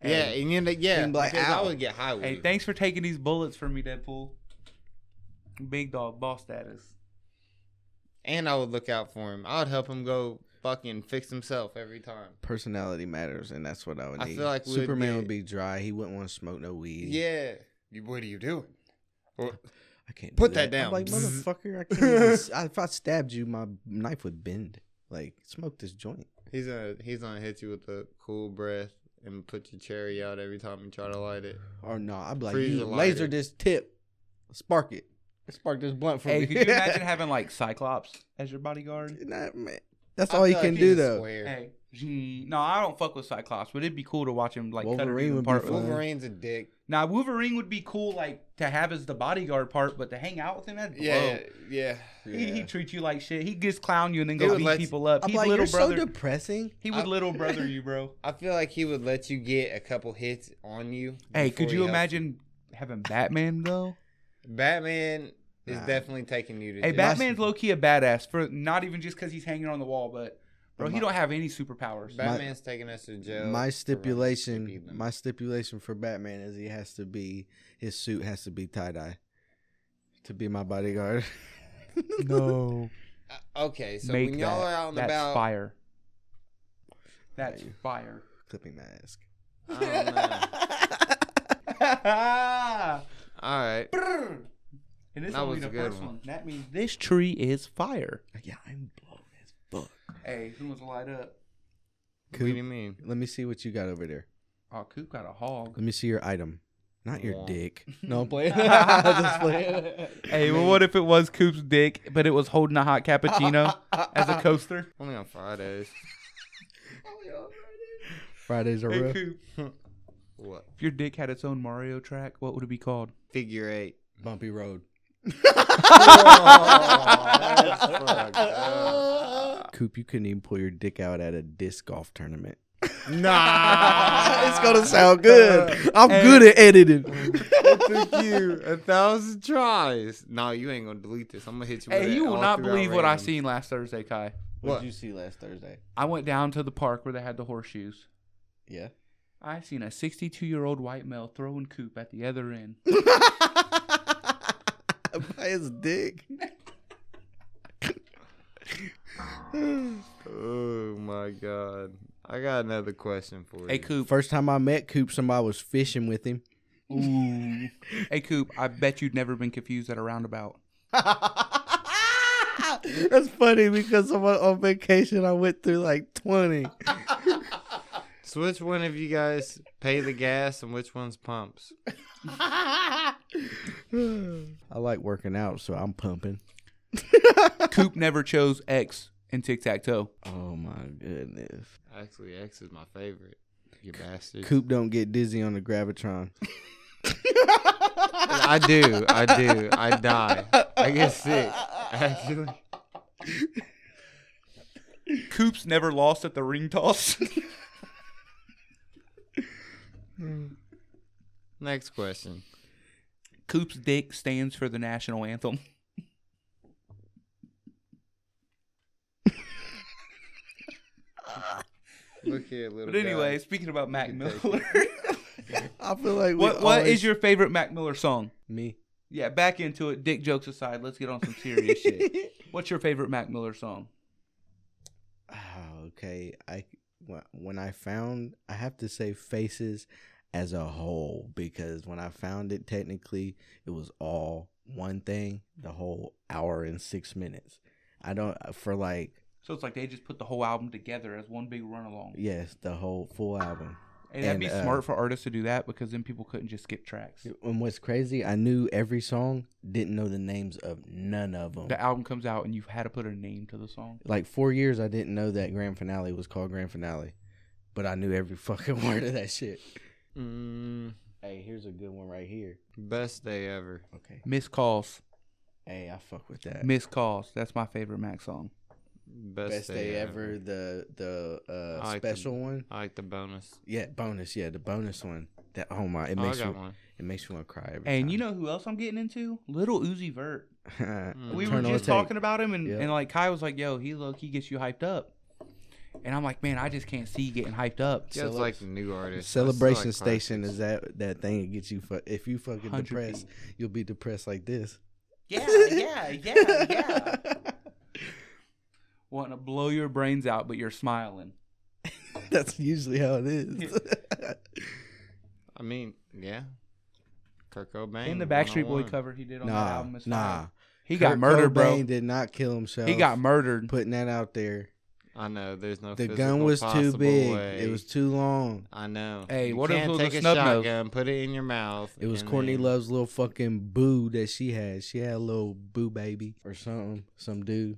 favorite. yeah,
Hey,
and you know, yeah,
and be like,
because I
"Ow."
would get high with
hey,
you.
thanks for taking these bullets for me, Deadpool. Big dog, boss status.
and I would look out for him. I would help him go fucking fix himself every time.
Personality matters, and that's what I would
I
need.
feel like we would
Superman
get-
would be dry. He wouldn't want to smoke no weed.
Yeah, you, what are you doing? Or-
I can't do
Put that
I'm
down.
like motherfucker, I can't. even, s- I- if I stabbed you, my knife would bend. Like smoke this joint.
He's gonna he's gonna hit you with the cool breath and put your cherry out every time you try to light it.
Or no, I'd be like,
Freeze
you
the
laser
lighter.
this tip, spark it, spark this blunt for
Hey,
me.
could you imagine having like Cyclops as your bodyguard?
Nah, man. That's
I
all you
feel
can
like
do
he's a
though.
square.
Hey, gee, no, I don't fuck with Cyclops, but it'd be cool to watch him like cut a
Wolverine
dude
would be
apart. with-
fun.
Wolverine's a dick.
Now Wolverine would be cool, like to have as the bodyguard part, but to hang out with him, that'd blow.
Yeah, yeah.
He, he
Yeah.
treat you like shit. He just clown you and then
He
go
would
beat
let-
people up.
I'm
He's
like,
little
you're
brother.
so depressing.
he would
I-
little brother you, bro.
I feel like he would let you get a couple hits on you.
Hey, could
before he
you
helps
imagine having Batman though?
Batman is
Nah.
definitely taking you to.
Hey,
jail.
Batman's low key a badass for not even just because he's hanging on the wall, but bro, he
My-
don't have any superpowers.
Batman's taking us to jail.
my
to
stipulation,
beat them.
my stipulation for Batman is he has to be his suit has to be tie dye to be my bodyguard.
no,
Uh, okay, so
make
when y'all
that.
are out and
That's
about,
fire. That's fire.
clipping mask.
I don't know. all right.
Brrr. and this
That
will be
was a
the
good
first one.
one.
That means this tree is fire.
Yeah, I'm blown as fuck.
Hey, who wants to light up?
What
Coop,
do you mean?
let me see what you got over there.
Oh, Coop got a hog.
Let me see your item. Not your
Yeah.
dick. No, I'm playing. Just playing.
Hey, well, what if it was Coop's dick, but it was holding a hot cappuccino as a coaster?
Only on Fridays.
Fridays are
Hey,
rough.
Coop,
What?
if your dick had its own Mario track, what would it be called?
Figure eight.
Bumpy road.
Oh,
That's fucked up.
Coop, you couldn't even pull your dick out at a disc golf tournament.
Nah,
it's gonna sound good. I'm
Hey.
good at editing.
it took you a thousand tries. No, you ain't gonna delete this. I'm gonna hit you. With
Hey,
it
you will
all
not
throughout
believe what I
random.
seen last Thursday, Kai.
What?
did you see last Thursday?
I went down to the park where they had the horseshoes.
Yeah.
I seen a 62 year old white male throwing Coop at the other end.
By his dick.
Oh my god! I got another question for you.
Hey, Coop.
First time I met Coop, somebody was fishing with him.
Ooh. hey, Coop. I bet you'd never been confused at a roundabout.
That's funny because I'm on- on vacation. I went through like 20.
So which one of you guys pay the gas and which one's pumps?
I like working out, so I'm pumping.
Coop never chose X in tic tac toe.
Oh my goodness.
Actually, X is my favorite. You bastard.
Coop don't get dizzy on the gravitron.
I do. I do. I die. I get sick. Actually.
Coop's never lost at the ring toss.
Next question.
Coop's dick stands for the national anthem.
Look here, little.
But anyway,
guy.
speaking about Mac
can take
Miller,
I feel like we
what what
always-
is your favorite Mac Miller song?
me?
Yeah, back into it. Dick jokes aside, let's get on some serious shit. What's your favorite Mac Miller song?
Oh, okay. I wh- when I found I have to say faces as a whole because when I found it technically it was all one thing the whole hour and 6 minutes. I don't for like
So it's like they just put the whole album together as one big run along.
yes, the whole full album.
Hey, that'd
And,
be
uh,
smart for artists to do that because then people couldn't just skip tracks.
And what's crazy, I knew every song, didn't know the names of none of them.
The album comes out and you've had to put a name to the song.
like four years, I didn't know that grand finale was called grand finale, but I knew every fucking word of that shit.
Mm,
Hey, here's a good one right here.
best day ever.
Okay.
Miss Calls.
Hey, I fuck with that.
Miss Calls. That's my favorite Mac song.
Best,
Best
uh,
day ever. The the
I
uh,
like
special one.
I like the bonus.
Yeah, bonus. Yeah, the bonus one. That oh my, it
Oh, I
makes
got
me
one.
it makes me want to cry every
And you know who else I'm getting into? Little Uzi Vert.
time.
We were
Eternal
just
Attack.
talking about him, and,
Yep.
and like Kai was like, "Yo, he look, he gets you hyped up," and I'm like, "Man, I just can't see you getting hyped up."
Yeah, it's like new artists.
Celebration
That's like classic.
station is that that thing that gets you. Fu- if you fucking
100
depressed, you'll be depressed like this.
Yeah, yeah, yeah, yeah. Wanting to blow your brains out, but you're smiling.
That's usually how it is.
I mean, yeah. Kurt Cobain
In the Backstreet Boy
101.
cover he did on that
nah,
album, is
nah.
fire. he
Kurt
got murdered,
Cobain
bro.
Did not kill himself.
He got murdered.
putting that out there.
I know. There's no.
The
physical
gun was too
possible
big.
Way.
It was too long.
I know.
Hey,
you
what if
can't
it was a
take a,
snub nose?
shotgun, put it in your mouth?
It was
and
Courtney
then-
Love's little fucking boo that she had. She had a little boo baby or something. Some dude.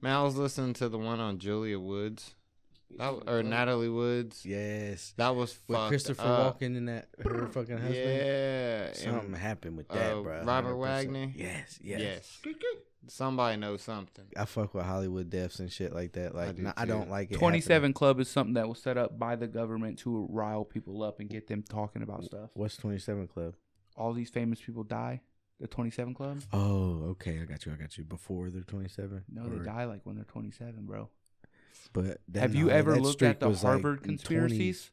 Man, I was listening to the one on Julia Woods, that, or Natalie Woods.
Yes.
That was
With
fucked
Christopher
up.
Walken and that her fucking husband.
Yeah,
Something
and
happened with that,
uh,
bro.
Robert Wagner?
Yes, yes.
yes. Somebody knows something.
I fuck with Hollywood deaths and shit like that. Like, I,
do
I
too.
don't like it. happening.
27 Club is something that was set up by the government to rile people up and get them talking about stuff.
What's 27 Club?
All these famous people die. The 27 Club?
Oh, okay. I got you. I got you. Before they're 27?
No,
Or-
they die like when they're 27, bro.
But that-
Have you
no,
ever
that
looked
streak
at the
was, like,
Harvard
20s.
conspiracies?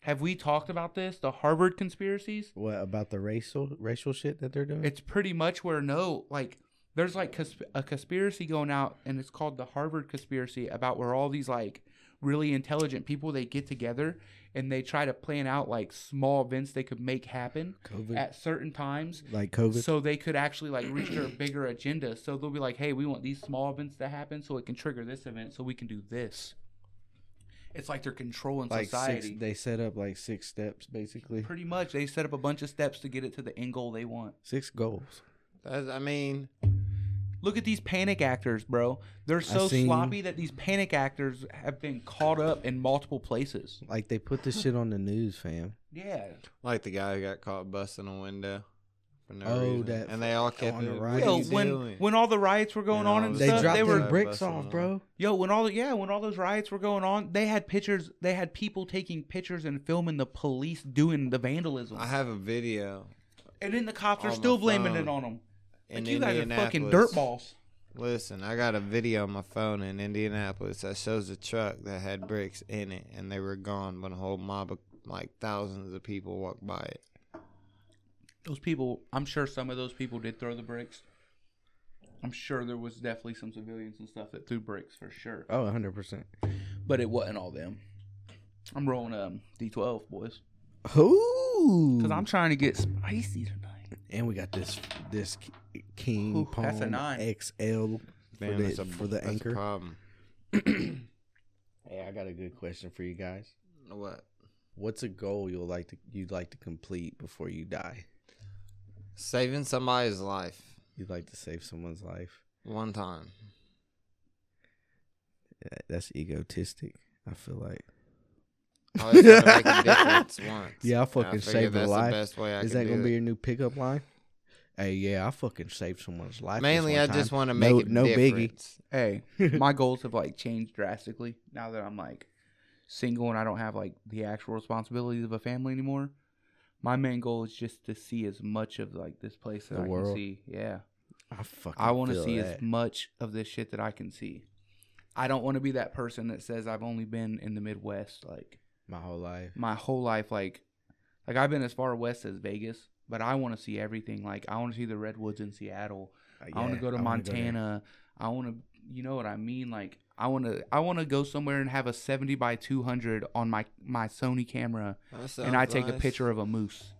Have we talked about this? The Harvard conspiracies?
What about the racial racial shit that they're doing?
It's pretty much where no, like, there's like consp- a conspiracy going out, and it's called the Harvard conspiracy about where all these like really intelligent people they get together and they try to plan out like small events they could make happen
COVID,
at certain times
like COVID.
so they could actually like reach their bigger agenda. So they'll be like, "Hey, we want these small events to happen, so it can trigger this event, so we can do this." It's like they're controlling
like
society.
six, they set up like six steps basically,
Pretty much, they set up a bunch of steps to get it to the end goal they want.
six goals.
That's, I mean,
Look at these panic actors, bro. They're so
seen-
sloppy that these panic actors have been caught up in multiple places.
Like they put this shit on the news, fam.
Yeah,
like the guy who got caught busting a window for no
Oh,
reason,
that
and they all kept
on the
it.
right.
What are
yo,
you
when
doing?
when all the riots were going
And
on
all
and
this
They
stuff,
stuff.
dropped
they
the
were
bus
bricks
and
off,
all.
bro.
Yo, when all the, yeah, when all those riots were going on, they had pictures. They had people taking pictures and filming the police doing the vandalism,
I have a video,
and then the cops are
on my
still blaming
phone.
it on them.
in
Like you guys are fucking
Indianapolis.
dirtballs.
Listen, I got a video on my phone in Indianapolis that shows a truck that had bricks in it, and they were gone when a whole mob of like thousands of people walked by it.
Those people, I'm sure some of those people did throw the bricks. I'm sure there was definitely some civilians and stuff that threw bricks for sure,
Oh, 100 percent.
but it wasn't all them. I'm rolling um D12 boys
Ooh,
because I'm trying to get spicy tonight.
and we got this this k- King
Ooh,
Palm
that's a nine.
XL
Man,
for
that's
the,
a,
for the
that's a
anchor.
problem.
Hey, I got a good question for you guys.
What?
What's a goal you'll like to you'd like to complete before you die?
Saving somebody's life
You'd like to save someone's life.
one time.
That- That's egotistic. I feel like.
I always try to make a difference once.
Yeah, I fucking
figure
saved a
that's
life.
The best way I
Is
can
that gonna
do
be
it.
your new pickup line? Hey, yeah, I fucking saved someone's life. this
Mainly, I
one
just
time.
want to make
no,
it
no biggie.
difference.
Hey, my goals have like changed drastically now that I'm like single and I don't have like the actual responsibilities of a family anymore. My main goal is just to see as much of like this place that
The
I
world.
can see. Yeah.
I fucking.
I want to
feel
see
that.
as much of this shit that I can see. I don't want to be that person that says I've only been in the Midwest like
my whole life.
my whole life like like I've been as far west as Vegas, but I want to see everything. Like I want to see the redwoods in Seattle. I want to
Yeah,
go to
wanna there.
Montana. I want to, you know what I mean? Like I want to, I want to go somewhere and have a seventy by two hundred on my my Sony camera, and I take a picture of a moose.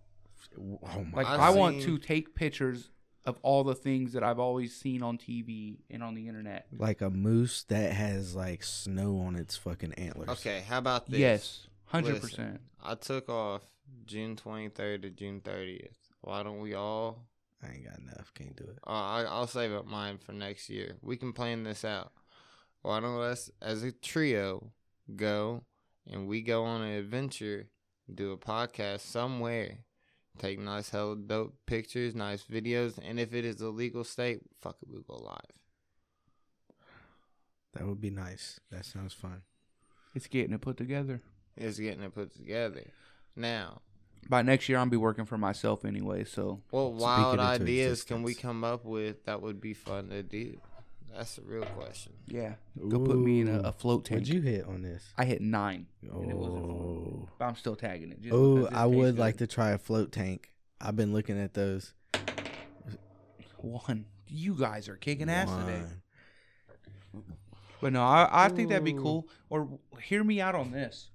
oh my!
Like
I've
i want
seen-
to take pictures of all the things that I've always seen on TV and on the internet.
like a moose that has like snow on its fucking antlers.
Okay, how about this?
Yes, Hundred
Listen.
percent.
I took off June 23rd to June 30th. Why don't we all?
I ain't got enough. Can't do it.
Uh, I, I'll save up mine for next year. We can plan this out. Why don't us, as a trio, go and we go on an adventure, do a podcast somewhere, take nice, hella dope pictures, nice videos, and if it is a legal state, fuck it, we go live.
That would be nice. That sounds fun.
It's getting it put together.
It's getting it put together. Now,
By next year, I'll be working for myself anyway. So
What
Speak
wild
it into
ideas can we
existence.
come up with that would be fun to do? That's the real question.
yeah, go put me in a,
Ooh.
a float tank.
Would you hit on this?
I hit nine, and it wasn't fun.
Oh,
But I'm still tagging it. just
oh,
because it
I
tastes
would
good.
like to try a float tank. I've been looking at those.
one. You guys are kicking ass today.
One.
But no, I, I think that'd be cool. Or hear me out on this.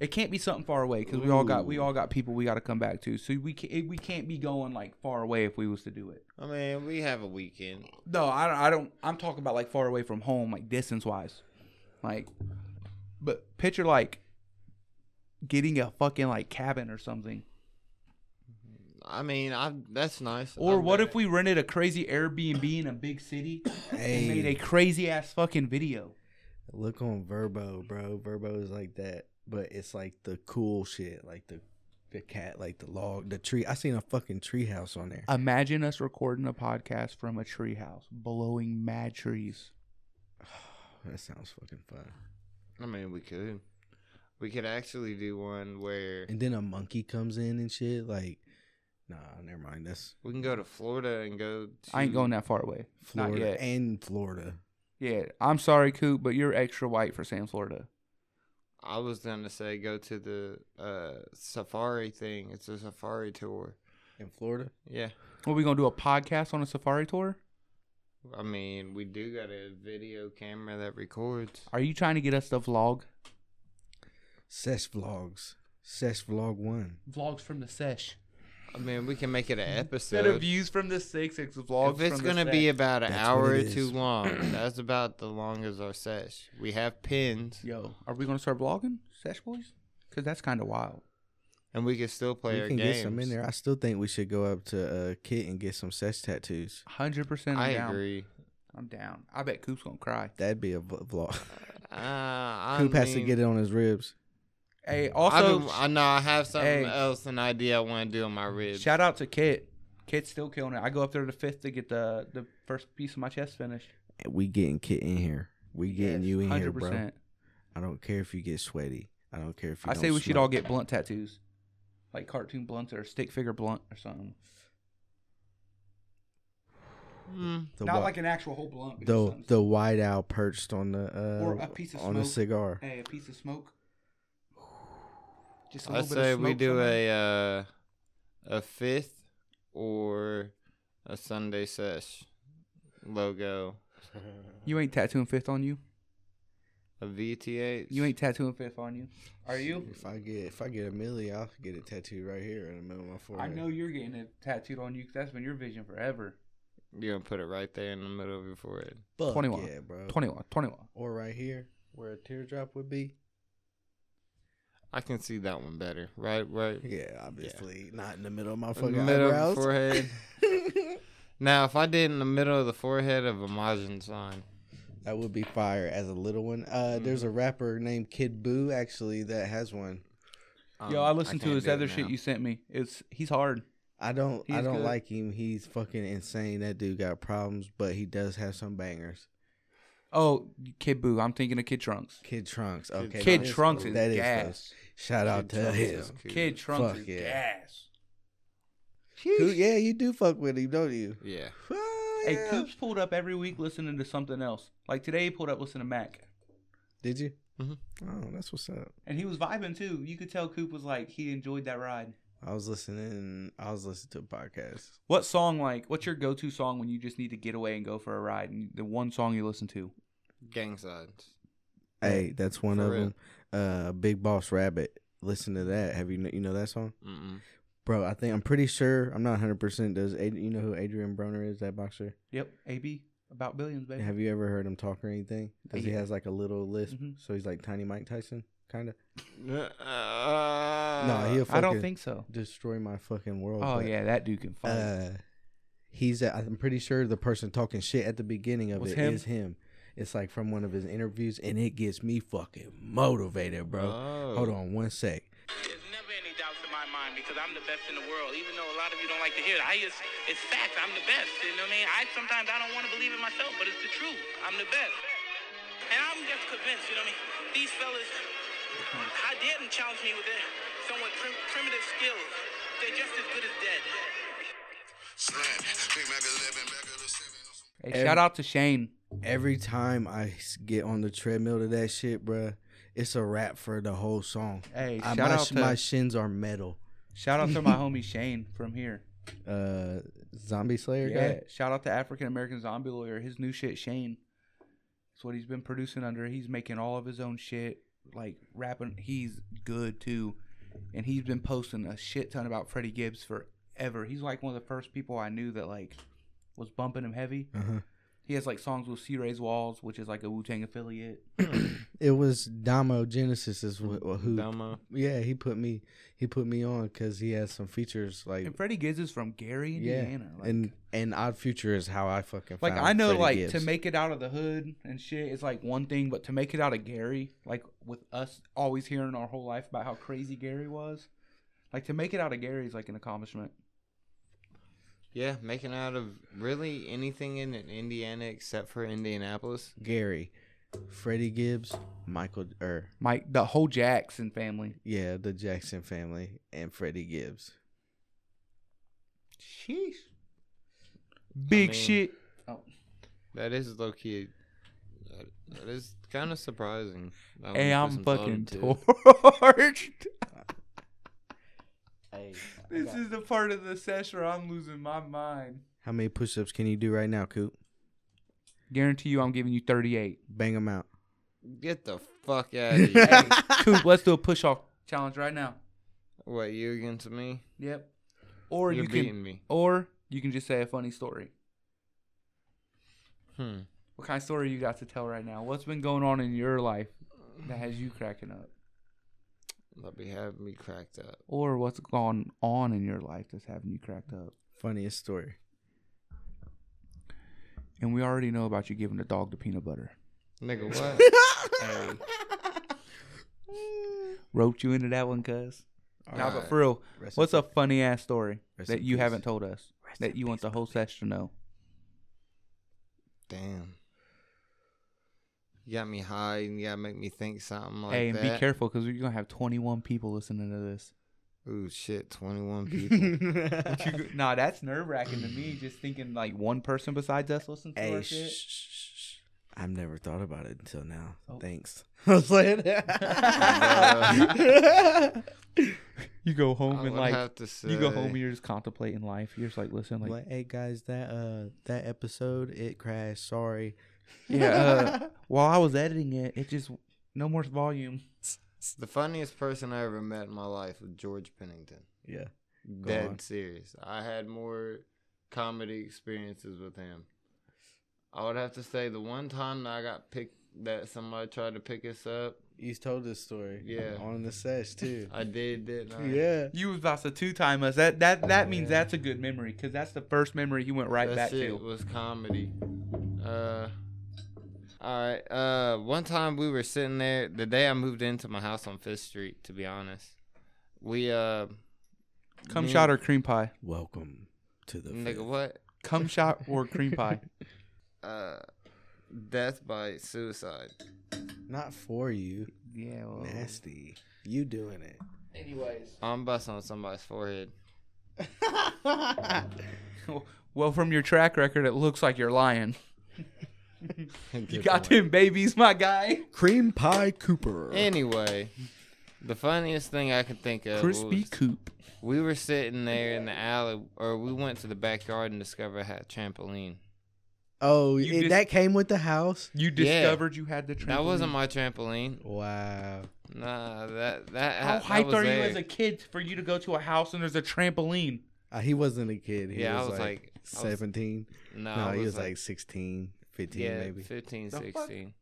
It can't be something far away because we all got we all got people we got to come back to. So we can't, we can't be going like far away if we was to do it.
I mean, we have a weekend.
No, I don't, I don't. I'm talking about like far away from home, like distance wise. Like, but picture like getting a fucking like cabin or something.
I mean, I that's nice.
Or
I'm
what
down.
if we rented a crazy Airbnb in a big city and made a
Hey,
crazy ass fucking video?
look on Verbo, bro. Verbo is like that, but it's like the cool shit, like the the cat, like the log, the tree. I seen a fucking tree house on there.
Imagine us recording a podcast from a treehouse, blowing mad trees.
That sounds fucking fun.
I mean, we could. We could actually do one where
And then a monkey comes in and shit. Like, nah, never mind. That's
we can go to Florida and go. To,
I ain't going that far away. Not
Florida
yet.
and Florida.
Yeah, I'm sorry, Coop, but you're extra white for Sam Florida.
I was gonna say go to the uh, safari thing. It's a safari tour.
In Florida?
Yeah,
What, we gonna do a podcast on a safari tour?
I mean, we do got a video camera that records.
Are you trying to get us to vlog?
Sesh Vlogs. Sesh Vlog 1.
Vlogs from the sesh.
I mean, we can make it an episode.
Instead of views from the six, it's vlogs.
if it's
from the
gonna be
sesh.
about an
That's
hour
what
or
it
two
is.
long, that's about the longest our sesh. We have pins,
yo, are we gonna start vlogging sesh boys? Because that's kind of wild.
and we can still play
We
our
can
games.
get some in there. I still think we should go up to uh, Kit and get some Sesh tattoos.
Hundred percent.
I
I'm down.
agree.
I'm down. I bet Coop's gonna cry.
That'd be a v- vlog.
Uh, I
Coop has to
mean,
get it on his ribs.
Hey,
I've
also
been- I know I have something
Hey.
else, an idea I want to do on my ribs.
Shout out to Kit. Kit's still killing it. I go up there to fifth to get the the first piece of my chest finished.
We getting Kit in here. We getting you in here, bro.
100%.
I don't care if you get sweaty. I don't care if you.
I
don't
say we should all
smoke.
get blunt tattoos, like cartoon blunts or stick figure blunt or something.
Mm,
the
Not
wi-
like an actual whole blunt. but just
the
something-
the white owl perched on the uh,
Or a piece of
on a
smoke.
cigar.
hey, a piece of smoke. Just a
I
little bit
say
of
we
smoke
do
from it.
a uh, a fifth or a Sunday sesh logo.
You ain't tattooing fifth on you.
A VTH.
You ain't tattooing fifth on you. Are you?
If I get if I get a milli, I'll get it tattooed right here in the middle of my
I
forehead.
know you're getting it tattooed on you 'cause that's been your vision forever.
You're gonna put it right there in the middle of your forehead.
Fuck
21.
yeah, bro.
21, 21.
Or right here where a teardrop would be.
I can see that one better. Right, right.
Yeah, obviously not in the middle of my
In the
fucking
middle
eyebrows.
of the forehead. now, if I did in the middle of the forehead of a Majin sign,
that would be fire as a little one. Uh,
Mm-hmm.
there's a rapper named Kid Boo actually that has one.
um,
Yo,
Um,
I listened to his other shit you sent me. It's he's hard.
I don't I
He's
don't
good.
like him. He's fucking insane. That dude got problems, but he does have some bangers.
Oh, Kid Boo. I'm thinking of Kid Trunks.
Kid Trunks. Okay.
Kid
that is
Trunks
dope.
is
That
gas.
dope. Shout out to him.
Kid Trunks
Fuck
is
yeah.
gas.
Who, yeah, you do fuck with him, don't you?
Yeah.
Hey,
Yeah.
Coops pulled up every week listening to something else. Like today, he pulled up listening to Mac,
Did you?
Mhm.
Mm-hmm.
Oh, that's what's up.
and he was vibing too. You could tell Coop was like he enjoyed that ride.
I was listening. I was listening to a podcast.
What song? Like, what's your go-to song when you just need to get away and go for a ride? And the one song you listen to.
Gang signs.
Hey, that's one
For
of
real.
them. Uh, Big Boss Rabbit. Listen to that. Have you kn- you know that song,
Mm-mm.
bro? I think I'm pretty sure. I'm not 100. percent Does Ad- you know who Adrian Broner is? That boxer.
Yep, AB about billions, baby.
Have you ever heard him talk or anything? Does he
Uh, Yeah.
has like a little lisp?
Mhm.
So he's like Tiny Mike Tyson. kind of.
no,
no, he'll fucking
Uh, I don't think so.
destroy my fucking world.
Oh
but,
yeah, that dude can fight.
Uh, he's. i I'm pretty sure the person talking shit at the beginning of it
Was
is
him?
him. It's like from one of his interviews, and it gets me fucking motivated, bro.
Oh.
Hold on one sec.
There's never any doubts in my mind because I'm the best in the world. Even though a lot of you don't like to hear it, I it's, it's fact. I'm the best. You know what I mean? I sometimes I don't want to believe it myself, but it's the truth. I'm the best, and I'm just convinced. You know what I mean? These fellas, how dare them challenge me with their somewhat prim- primitive skills? They're just as good as dead.
Slam, Big Mac 11, back of the seven.
hey,
ev-
shout out to Shane.
Every time I s- get on the treadmill to that shit, bro, it's a rap for the whole song.
Hey,
I-
shout
my,
out
sh-
to
my shins are metal.
shout out to my homie Shane from here.
Uh, Zombie Slayer
Yeah,
guy.
shout out to African American Zombie Lawyer. His new shit, Shane. That's what he's been producing under. He's making all of his own shit, like rapping. He's good too, and he's been posting a shit ton about Freddie Gibbs forever. He's like one of the first people I knew that like was bumping him heavy.
Uh-huh.
He has like songs with C Ray's Walls, which is like a Wu Tang affiliate.
It was Damo Genesis is wh- wh- who.
Dumbo.
Yeah, he put me he put me on because he has some features like
And Freddie Gibbs is from Gary,
yeah,
Indiana. like,
and and Odd Future is how I fucking
like
found
I know,
Freddie
like
Gibbs.
to make it out of the hood and shit is like one thing, but to make it out of Gary, like with us always hearing our whole life about how crazy Gary was, like to make it out of Gary is like an accomplishment.
Yeah, making out of really anything in Indiana except for Indianapolis.
Gary, Freddie Gibbs, Michael or
Mike, the whole Jackson family.
yeah the Jackson family and Freddie Gibbs.
Sheesh. Big
I mean-
shit.
That is low key. That, that is kind of surprising. I
Hey,
wouldn't put
I'm
some thought
fucking
into it.
torched.
Hey,
this is the part of the session where I'm losing my mind.
how many push-ups can you do right now, Coop?
Guarantee you, I'm giving you 38.
Bang them out.
Get the fuck out of here.
Coop, let's do a push off challenge right now.
what, you against me?
Yep. Or
You're
you
beating
can,
me.
or you can just say a funny story.
Hmm.
What kind of story you got to tell right now? What's been going on in your life that has you cracking up?
That'll be having me cracked up.
Or what's gone on in your life that's having you cracked up?
Funniest story.
And we already know about you giving the dog the peanut butter.
Nigga, what?
Hey. Roped you into that one, cuz. Nah, but for real,
Rest
what's
in
a funny ass story
Rest
that
in
you
peace.
haven't told us that you want the whole session to know?
Damn. You got me high and you gotta make me think something like
hey, and
that.
be careful because you're gonna have 21 people listening to this.
Ooh, shit, 21 people.
What you go- nah, that's nerve wracking to me. Just thinking like one person besides us listens to
Hey,
our
shh,
shit.
shh, shh, shh. I've never thought about it until now.
Oh.
Thanks. I was like,
You go home
I
and
would
like
have to say,
you go home and you're just contemplating life. You're just like listen, like
Like, hey guys, that uh, that episode it crashed. Sorry.
yeah. Uh, while I was editing it, it just no more volume.
The funniest person I ever met in my life was George Pennington.
Yeah.
Dead
on.
serious. I had more comedy experiences with him. I would have to say the one time that I got picked, that somebody tried to pick us up,
You told this story.
Yeah.
On the sesh too.
I did, didn't I?
yeah.
You was about to two time us. That that that means that's a good memory because that's the first memory you went right
that
back
shit
to.
was comedy. Uh, all right. Uh, one time we were sitting there the day I moved into my house on Fifth Street. To be honest, we uh,
Cum
me-
shot or cream pie.
Welcome to the.
nigga, what?
Cum shot or cream pie.
Uh, death by suicide.
Not for you.
Yeah. Well,
Nasty. You doing it?
I'm busting on somebody's forehead.
well, from your track record, it looks like you're lying. You
Good
got
one.
them babies, my guy.
Cream pie Cooper.
Anyway, the funniest thing I could think of
Crispy
was-
coop.
We were sitting there in the alley, or we went to the backyard and discovered I had a trampoline.
oh,
You
it-
just-
that came with the house.
You
Yeah.
discovered you had the trampoline.
That wasn't my trampoline.
Wow.
Nah, that that.
How
that
hyped
was
are you
there.
as a kid for you to go to a house and there's a trampoline?
Uh, he wasn't a kid. He
Yeah,
was
I was
like,
like- I was-
17.
No,
no,
I
he was like, sixteen, fifteen, 16, 15
yeah,
maybe.
fifteen,
The fuck?
sixteen.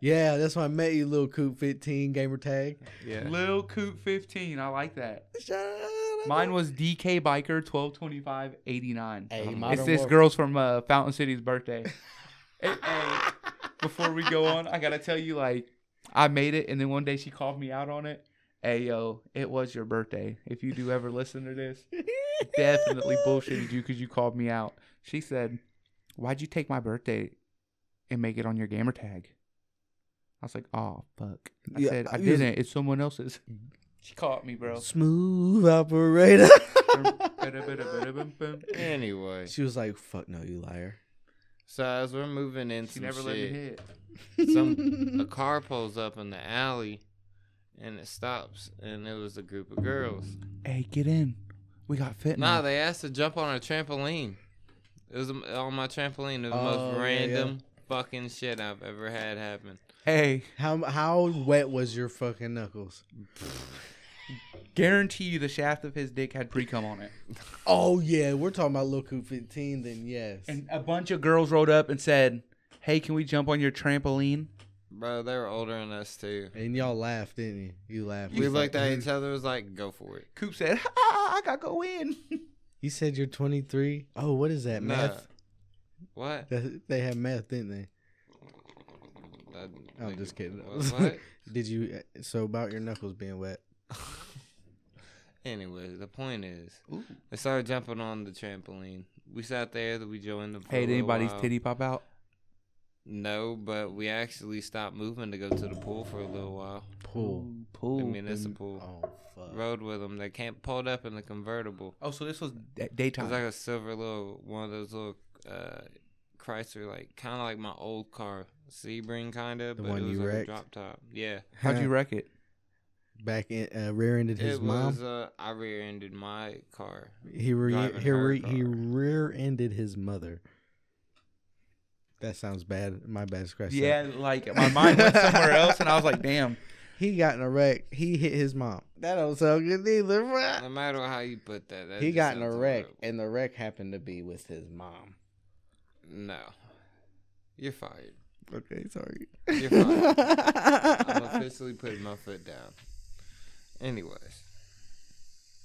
Yeah, that's why I met you, little Coop 15 gamer tag.
Yeah.
Lil Coop 15. I like that.
Shut up.
Mine was DK Biker 122589.
Hey,
It's
Modern
this
Warfare.
girl's from uh, Fountain City's birthday. Hey, hey, before we go on, I gotta tell you, like, I made it, and then one day she called me out on it. Hey, yo, it was your birthday. If you do ever listen to this, definitely bullshitted you because you called me out. She said, "Why'd you take my birthday and make it on your gamer tag?" I was like, "Oh fuck!" I
Yeah,
said, "I
you was-
didn't. It's someone else's." She caught me, bro.
Smooth operator.
Anyway,
she was like, fuck no, you liar.
so as we're moving in,
she
some
never
shit,
let me hit.
some a car pulls up in the alley, and it stops, and it was a group of girls.
Hey, get in. We got fitness.
Nah, they asked to jump on a trampoline. It was um, on my trampoline. It was the
Oh,
most
yeah, yeah.
random fucking shit I've ever had happen.
hey,
How how wet was your fucking knuckles?
guarantee you the shaft of his dick had pre cum on it.
Oh yeah, we're talking about Lil Coop 15. Then yes,
And a bunch of girls rolled up and said, "Hey, can we jump on your trampoline?"
Bro, they were older than us too.
And y'all laughed, didn't you? You laughed.
We
You
looked
fucking-
at each other. Was like, go for it.
Coop said, ah, "I gotta go in."
You said you're 23. Oh, what is that
Nah.
meth?
What?
That- They had meth, didn't they?
That-
I'm just kidding.
What? what?
Did you? uh, So about your knuckles being wet.
anyway, the point is, they started jumping on the trampoline. We sat there. We joined the.
Hey, did anybody's titty pop out?
No, but we actually stopped moving to go to the pool for a little while.
Pool.
The
Pool.
municipal
Oh fuck.
rode with them. They came pulled up in the convertible.
Oh, so this was da-
It
daytime.
was like a silver little one of those little uh, Chrysler, like kind of like my old car, Sebring kind of,
The
but
one
it was
you
like a
wrecked?
drop top. Yeah,
How'd you wreck it?
Back in uh, rear-ended his
it
mom.
was. Uh, I rear-ended my car.
he re-
driving
he,
her
re- he
car.
rear-ended his mother. That sounds bad. My bad. Scratch. that.
Yeah, like my mind went somewhere else, and I was like, "Damn."
He got in a wreck. He hit his mom. That don't sound good either. bruh.
No matter how you put that, that
He
just
got in a
sounds
wreck,
horrible.
and the wreck happened to be with his mom.
No, you're fired.
Okay, sorry.
You're fired. I'm officially putting my foot down. Anyways,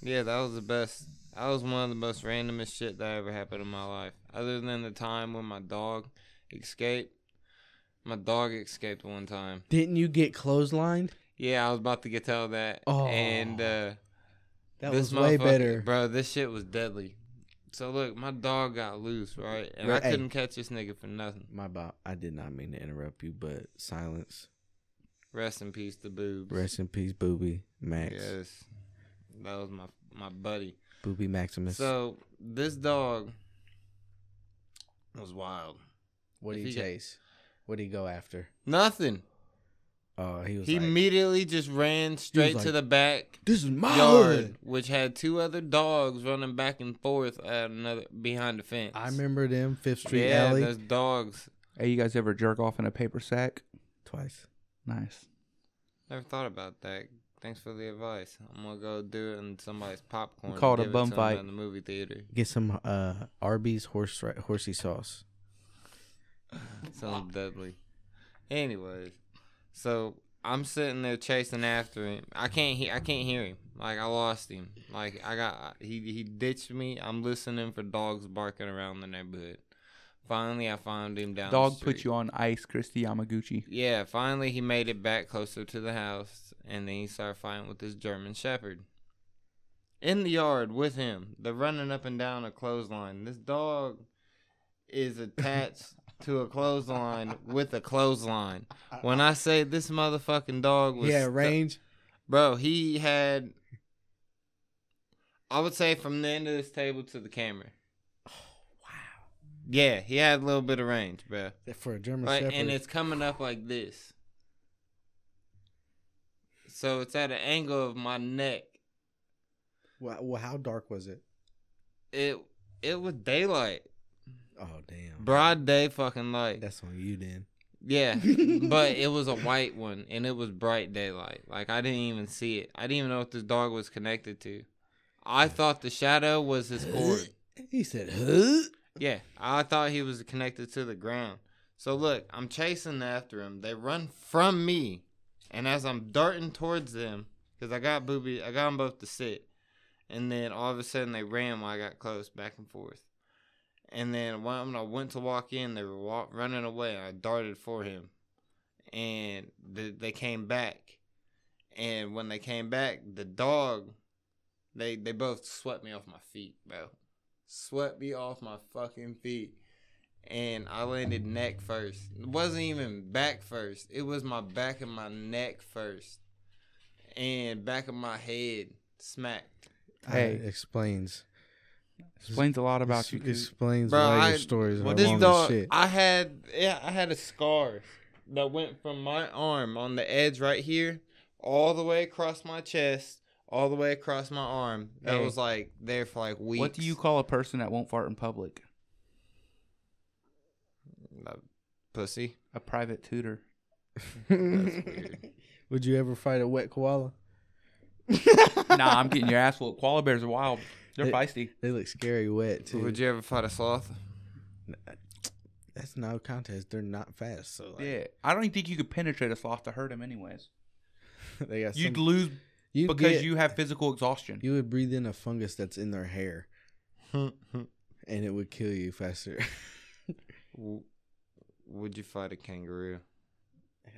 yeah, that was the best. That was one of the most randomest shit that ever happened in my life. Other than the time when my dog escaped. My dog escaped one time.
Didn't you get clotheslined?
Yeah, I was about to get tell that.
Oh.
and uh, this
That was way
motherfucker-
better.
bro. This shit was deadly. So look, my dog got loose, right? And
Right.
I couldn't catch this nigga for nothing.
My bop. I did not mean to interrupt you, but silence.
Rest in peace, the boobs.
Rest in peace, Booby Max.
Yes, that was my my buddy.
Booby Maximus.
So this dog was wild.
what
if
did he
he got-
chase? What did he go after?
Nothing.
Oh, he was
He
like,
immediately just ran straight to
like,
the back
"This is my
yard,
yard."
which had two other dogs running back and forth at another behind the fence.
I remember them Fifth Street
yeah,
Alley
those dogs.
Hey, you guys ever jerk off in a paper sack?
twice.
Nice.
Never thought about that. Thanks for the advice. I'm gonna go do it in somebody's popcorn.
Call it
and
a
give
bum
to 'em
fight.
in the movie theater.
Get some uh Arby's horse ri- horsey sauce.
Sounds deadly. Anyways, so I'm sitting there chasing after him. I can't he- I can't hear him. Like I lost him. Like I got he he ditched me. I'm listening for dogs barking around the neighborhood. Finally, I found him down.
Dog
the street.
put you on ice, Christy Yamaguchi.
Yeah, finally he made it back closer to the house, and then he started fighting with this German Shepherd. In the yard with him, they're running up and down a clothesline. This dog is attached to a clothesline with a clothesline. When I say this motherfucking dog was
Yeah,
stu-
range.
bro, he had I would say from the end of this table to the camera. Yeah, he had a little bit of range, bro.
for a German
Right,
Shepherd.
and it's coming up like this. So it's at an angle of my neck.
well, well, how dark was it?
It it was daylight,
Oh damn,
broad day fucking light.
that's on you then.
Yeah, but it was a white one, and it was bright daylight. Like I didn't even see it. I didn't even know what this dog was connected to. I thought the shadow was his cord.
He said, huh?
Yeah, I thought he was connected to the ground. So look, I'm chasing after them. They run from me, and as I'm darting towards them, because I got booby, I got them both to sit, and then all of a sudden they ran while I got close, back and forth. And then when I went to walk in, they were walk, running away. And I darted for him, and th they came back. And when they came back, the dog, they they both swept me off my feet, bro. Swept me off my fucking feet and I landed neck first. It wasn't even back first. It was my back and my neck first, and back of my head smacked.
Hey.
That explains
Explains a lot about you.
ex-
Coop.
Explains
Bro,
why
I-
your stories
Well,
are
this
long as
dog,
shit.
I had yeah, I had a scar that went from my arm on the edge right here, all the way across my chest, all the way across my arm. That
Hey.
was like there for like weeks.
What do you call a person that won't fart in public?
Uh, pussy?
A private tutor.
weird.
Would you ever fight a wet koala?
nah, I'm getting your ass whooped. Koala bears are wild. They're
It-
feisty.
They look scary wet too.
Would you ever fight a sloth?
That's no contest. They're not fast, so like,
Yeah, I don't even think you could penetrate a sloth to hurt him, anyways.
they got
You'd
some-
lose
you'd
because
get-
you have physical exhaustion.
you would breathe in a fungus that's in their hair, and it would kill you faster.
W- Would you fight a kangaroo?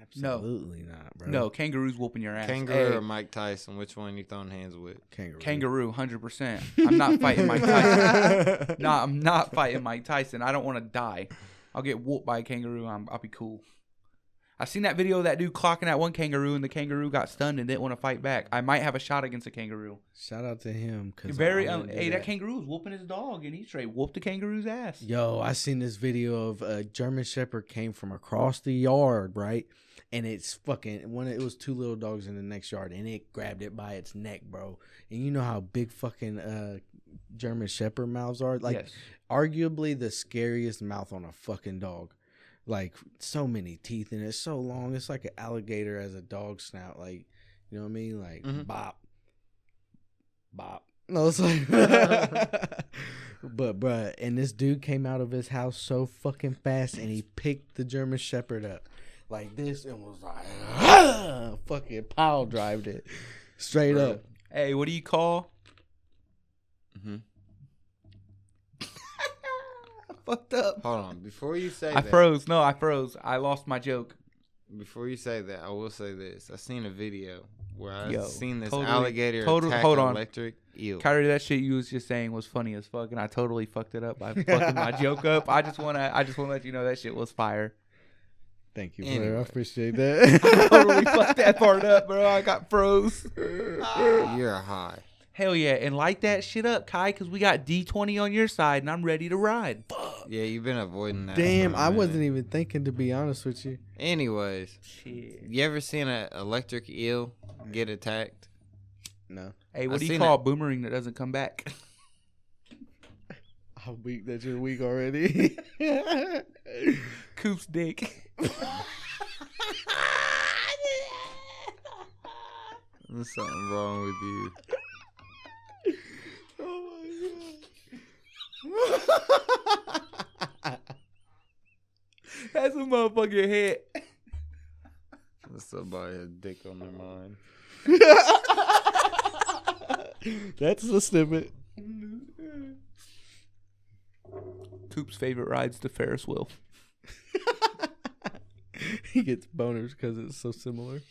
Absolutely not, bro.
no, kangaroos whooping your ass.
Kangaroo
Hey,
or Mike Tyson? Which one you throwing hands with?
kangaroo.
kangaroo, hundred percent. I'm not fighting Mike Tyson. no, I'm not fighting Mike Tyson. I don't want to die. I'll get whooped by a kangaroo. I'm, I'll be cool. I seen that video of that dude clocking at one kangaroo, and the kangaroo got stunned and didn't want to fight back. I might have a shot against a kangaroo.
Shout out to him. Cause
Very
I
um,
wouldn't do
hey, that kangaroo was whooping his dog, and he straight whooped the kangaroo's ass.
Yo, I seen this video of a German Shepherd came from across the yard, right? And it's fucking one. It was two little dogs in the next yard, and it grabbed it by its neck, bro. And you know how big fucking uh German Shepherd mouths are, like
yes.
arguably the scariest mouth on a fucking dog. Like so many teeth in it, so long. It's like an alligator as a dog snout. Like you know what I mean? Like
Mhm.
bop, bop. No, it's like. but bruh, and this dude came out of his house so fucking fast, and he picked the German Shepherd up like this, and was like, fucking pile drived it straight
Bruh.
up.
Hey, what do you call? Mm-hmm.
Mhm.
I fucked up.
Hold on, before you say
I
that,
froze. No, I froze. I lost my joke.
before you say that, I will say this: I seen a video where I
Yo,
seen this
totally-
alligator
total-
attack
hold
an
on.
electric eel.
Kyrie, that shit you was just saying was funny as fuck, and I totally fucked it up by fucking my joke up. I just wanna, I just wanna let you know that shit was fire.
Thank you,
Anyway.
brother. I appreciate
I
that.
totally fucked that part up, bro. I got froze.
You're high.
Hell yeah, and light that shit up, Kai, because we got D twenty on your side, and I'm ready to ride.
Yeah, you've been avoiding that.
Damn,
for a
I
minute.
wasn't even thinking to be honest with you.
Anyways,
Shit.
you ever seen an electric eel get attacked?
No.
Hey, what
I
do you
seen
call
it.
a boomerang that doesn't come back?
How weak that you're weak already.
Coop's dick.
There's something wrong with you.
That's a motherfucking hit.
Somebody had dick on their mind.
That's the snippet.
Coop's favorite ride's the Ferris wheel.
He gets boners because it's so similar.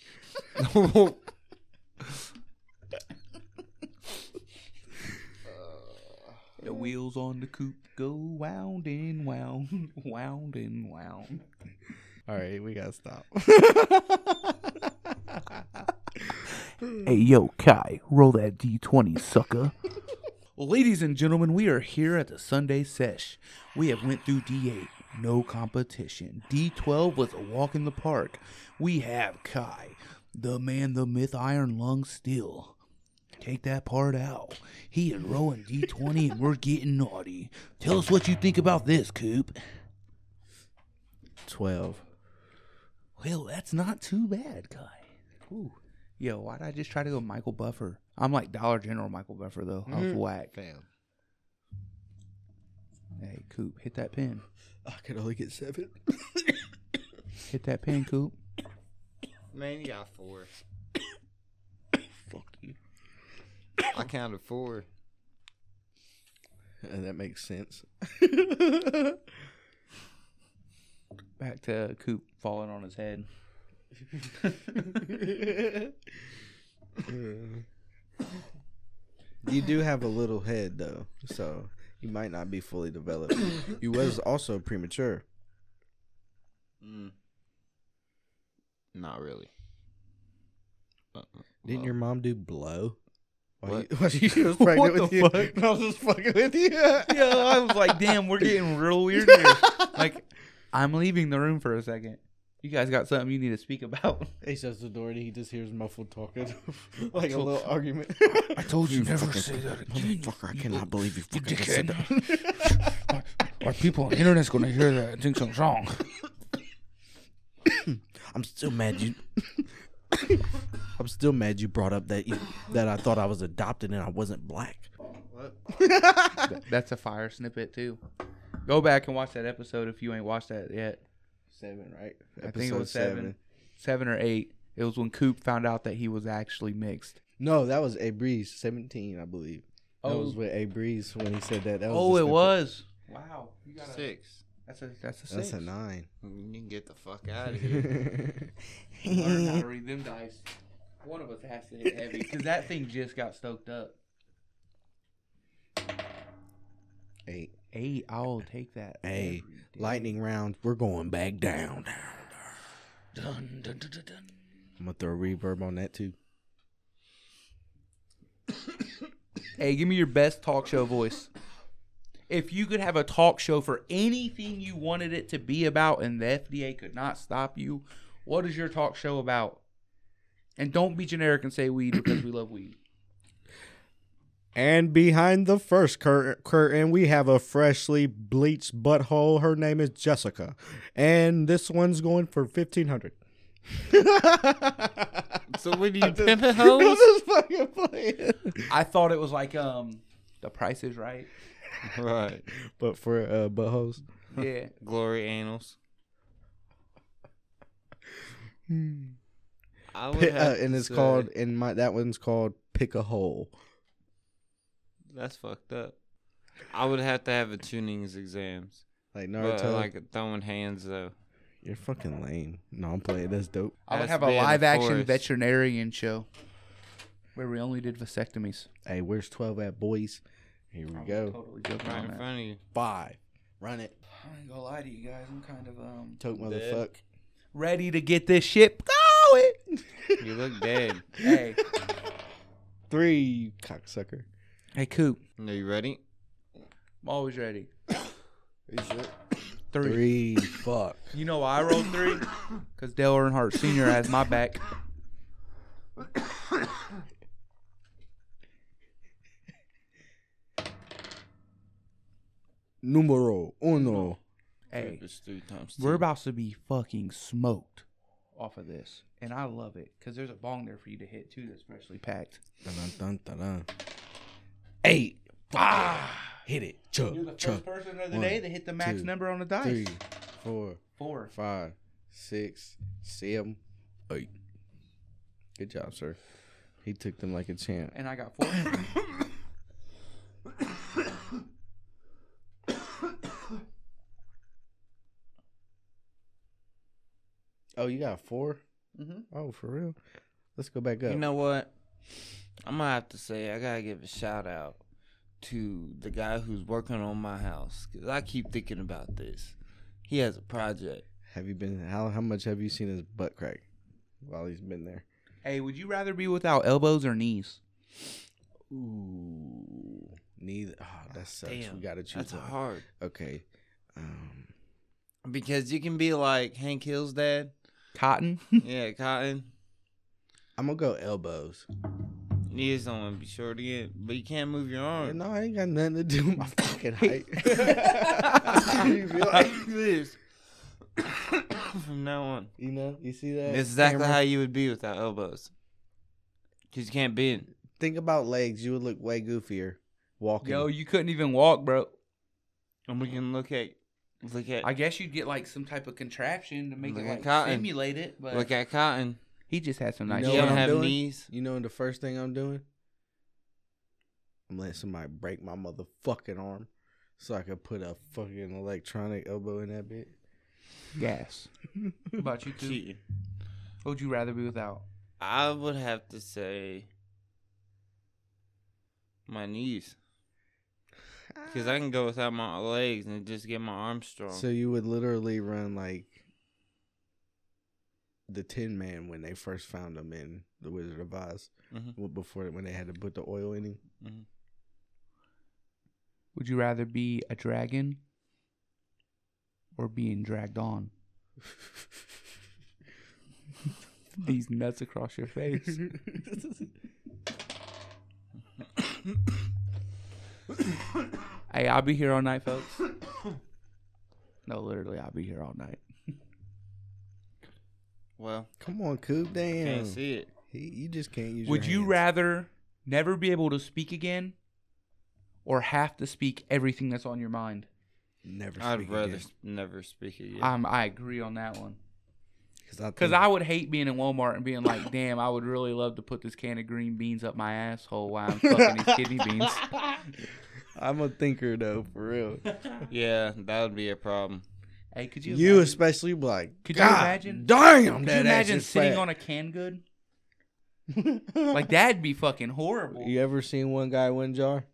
The wheels on the coupe go wound and wound, wound and wound.
All right, we gotta stop.
Hey, yo, Kai, roll that D20, sucker. Ladies and gentlemen, we are here at the Sunday Sesh. We have went through D8, no competition. D12 was a walk in the park. We have Kai, the man, the myth, iron lung steel. Take that part out. He is rolling D20 and we're getting naughty. Tell us what you think about this, Coop.
Twelve.
Well, that's not too bad, Kai. Ooh. Yo, why did I just try to go Michael Buffer? I'm like Dollar General Michael Buffer, though. I
Mm-hmm.
was whack.
Failed.
Hey, Coop, hit that pin.
I could only get seven.
Hit that pin coop.
Man, you got four.
Fuck you.
I counted four.
Uh, that makes sense.
Back to Coop falling on his head.
You do have a little head though, so you might not be fully developed. you was also premature.
Not really. Uh-uh.
Didn't
Well,
your mom do blow? Why
What?
you, why you was pregnant
What
with
the
you?
fuck?
I was just fucking with you. yeah,
Yo, I was like, damn, we're getting real weird here. Like, I'm leaving the room for a second. You guys got something you need to speak about.
He shuts the door and he just hears muffled talking, like a little argument.
I told you never
say
that
Motherfucker, I cannot believe you fucking just said that.
Are people on the internet's gonna hear that and think something's wrong?
I'm still mad you. I'm still mad you brought up that you, that I thought I was adopted and I wasn't black.
That's a fire snippet too. Go back and watch that episode if you ain't watched that yet.
Seven, right?
I think it was seven, seven, or eight. It was when Coop found out that he was actually mixed.
No, that was A Breeze, seventeen, I believe. That
Oh.
was with A Breeze when he said that. that was
Oh,
the
it
snippet.
was. Wow, you got a,
Six.
that's a that's a six.
That's a nine.
You can get the fuck out of here.
Learn how to read them dice. One of us has to hit heavy because that thing just got stoked up.
Eight.
Eight, I'll take that.
Hey, lightning round. We're going back down. Down. down. I'm gonna throw reverb on that too.
Hey, give me your best talk show voice. If you could have a talk show for anything you wanted it to be about and the FDA could not stop you, what is your talk show about? And don't be generic and say weed because we love weed.
And behind the first cur- curtain, we have a freshly bleached butthole. Her name is Jessica, and this one's going for fifteen hundred.
so what do you pimpin' hoes?
fucking playing.
I thought it was like um the price is right.
Right.
But for uh, buttholes,
Yeah.
Glory annals. I would
Pi- uh,
have
and
to
it's
say-
called and my that one's called pick a hole.
That's fucked up. I would have to have a tunings exams.
Like
But,
Naruto,
uh, like throwing hands though.
you're fucking lame. No, I'm playing. That's dope.
I would
Has
have a
been, of
live action
course.
veterinarian show where we only did vasectomies.
Hey, where's twelve at, boys? Here we go.
Totally joking
Right
on
in
that.
front of you.
Five. Run it.
I ain't gonna lie to you guys. I'm kind of um
Tote
Dead.
motherfuck.
ready to get this shit going.
You look dead.
hey,
Three, you cocksucker.
hey, Coop.
Are you ready?
I'm always ready. Three.
Three. fuck.
You know why I rolled three? Because Dale Earnhardt Sr. has my back.
Numero uno.
Hey,
It's three times
we're
two.
about to be fucking smoked off of this. And I love it because there's a bong there for you to hit too that's freshly packed.
Dun, dun, dun, dun, dun. Eight. Ah. Hit it. Chug,
You're the
chug.
first person of the
One,
day that hit the max
two,
number on the dice.
Three, four,
Four.
five, six, seven, eight. Good job, sir. He took them like a champ.
And I got four.
Oh, you got four?
Mhm.
Oh, for real? Let's go back up.
Mm-hmm. You know what? I'm gonna have to say I gotta give a shout out to the guy who's working on my house because I keep thinking about this. He has a project.
have you been? How how much have you seen his butt crack while he's been there?
hey, would you rather be without elbows or knees?
Ooh, neither. Oh, that sucks.
Ah, Damn,
we gotta choose.
That's
one.
hard
Okay. Um,
because you can be like Hank Hill's dad.
Cotton?
yeah, Cotton.
I'm gonna go elbows.
You just don't want to be short again, but you can't move your
Yeah,
arm.
No, I ain't got nothing to do with my fucking height.
you be like this from now on.
you know, you see that?
That's exactly
camera?
how you would be without elbows. Cause you can't bend.
Think about legs. You would look way goofier walking.
Yo, you couldn't even walk, bro.
And we can look at Look at
I guess you'd get like some type of contraption to make
Look
it
at
like
Cotton.
simulate it. But
look at Cotton.
he just had some
You
nice.
know
he
what
don't
I'm
have
doing?
knees.
You know, the first thing I'm doing, I'm letting somebody break my motherfucking arm so I could put a fucking electronic elbow in that bit.
gas. What about you two?
Cheating.
What would you rather be without?
I would have to say my knees. Because I can go without my legs and just get my arms strong.
So you would literally run like the Tin Man when they first found him in The Wizard of Oz,
Mhm.
w- before when they had to put the oil in him.
Mhm.
Would you rather be a dragon or being dragged on? These nuts across your face. hey, I'll be here all night, folks. No, literally, I'll be here all night.
Well,
Come on, Coop, damn,
can't see it.
He- you just can't use.
Would
your
you
hands.
rather never be able to speak again or have to speak everything that's on your mind?
never?
I'd rather s never speak again.
I'm, I agree on that one.
because
Because I would hate being in Walmart and being like, damn, I would really love to put this can of green beans up my asshole while I'm fucking these kidney beans.
I'm a thinker though, for real.
yeah, that would be a problem.
Hey, could you
You
imagine,
especially black.
Could you
God
imagine-
Damn,
could you
that
imagine
ass is
sitting
fat.
on a can good? Like, that'd be fucking horrible.
You ever seen one guy one jar?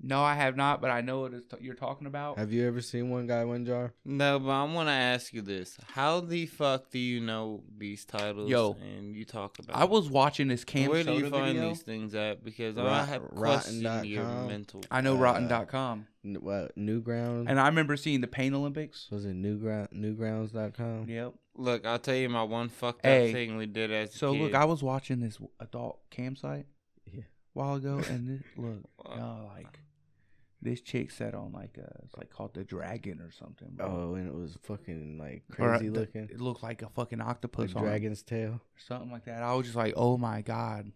No, I have not, but I know what it's t- you're talking about.
Have you ever seen one guy one jar?
No, but I want to ask you this: How the fuck do you know these titles?
Yo,
and you talk about.
I was watching this
Them?
cam
Where do
soda
you find
video.
these things at? Because I
Rot-
have
rotten
questioned
dot
your
com.
mental.
I know
Uh,
Rotten.com.
N- what Newgrounds?
And I remember seeing the Pain Olympics.
was it Newground Newgrounds.com?
Yep.
Look, I'll tell you my one fucked up
Hey,
thing we did as a
So
kid.
look, I was watching this adult cam site
Yeah.
while ago, and this, look,
Wow.
y'all, like this chick sat on like a it's like called the dragon or something. Bro.
Oh, and it was fucking like
Or, uh,
crazy
the-
looking.
it looked like a fucking octopus,
Like
on dragon,
dragon's tail.
something like that. I was just like, oh my god,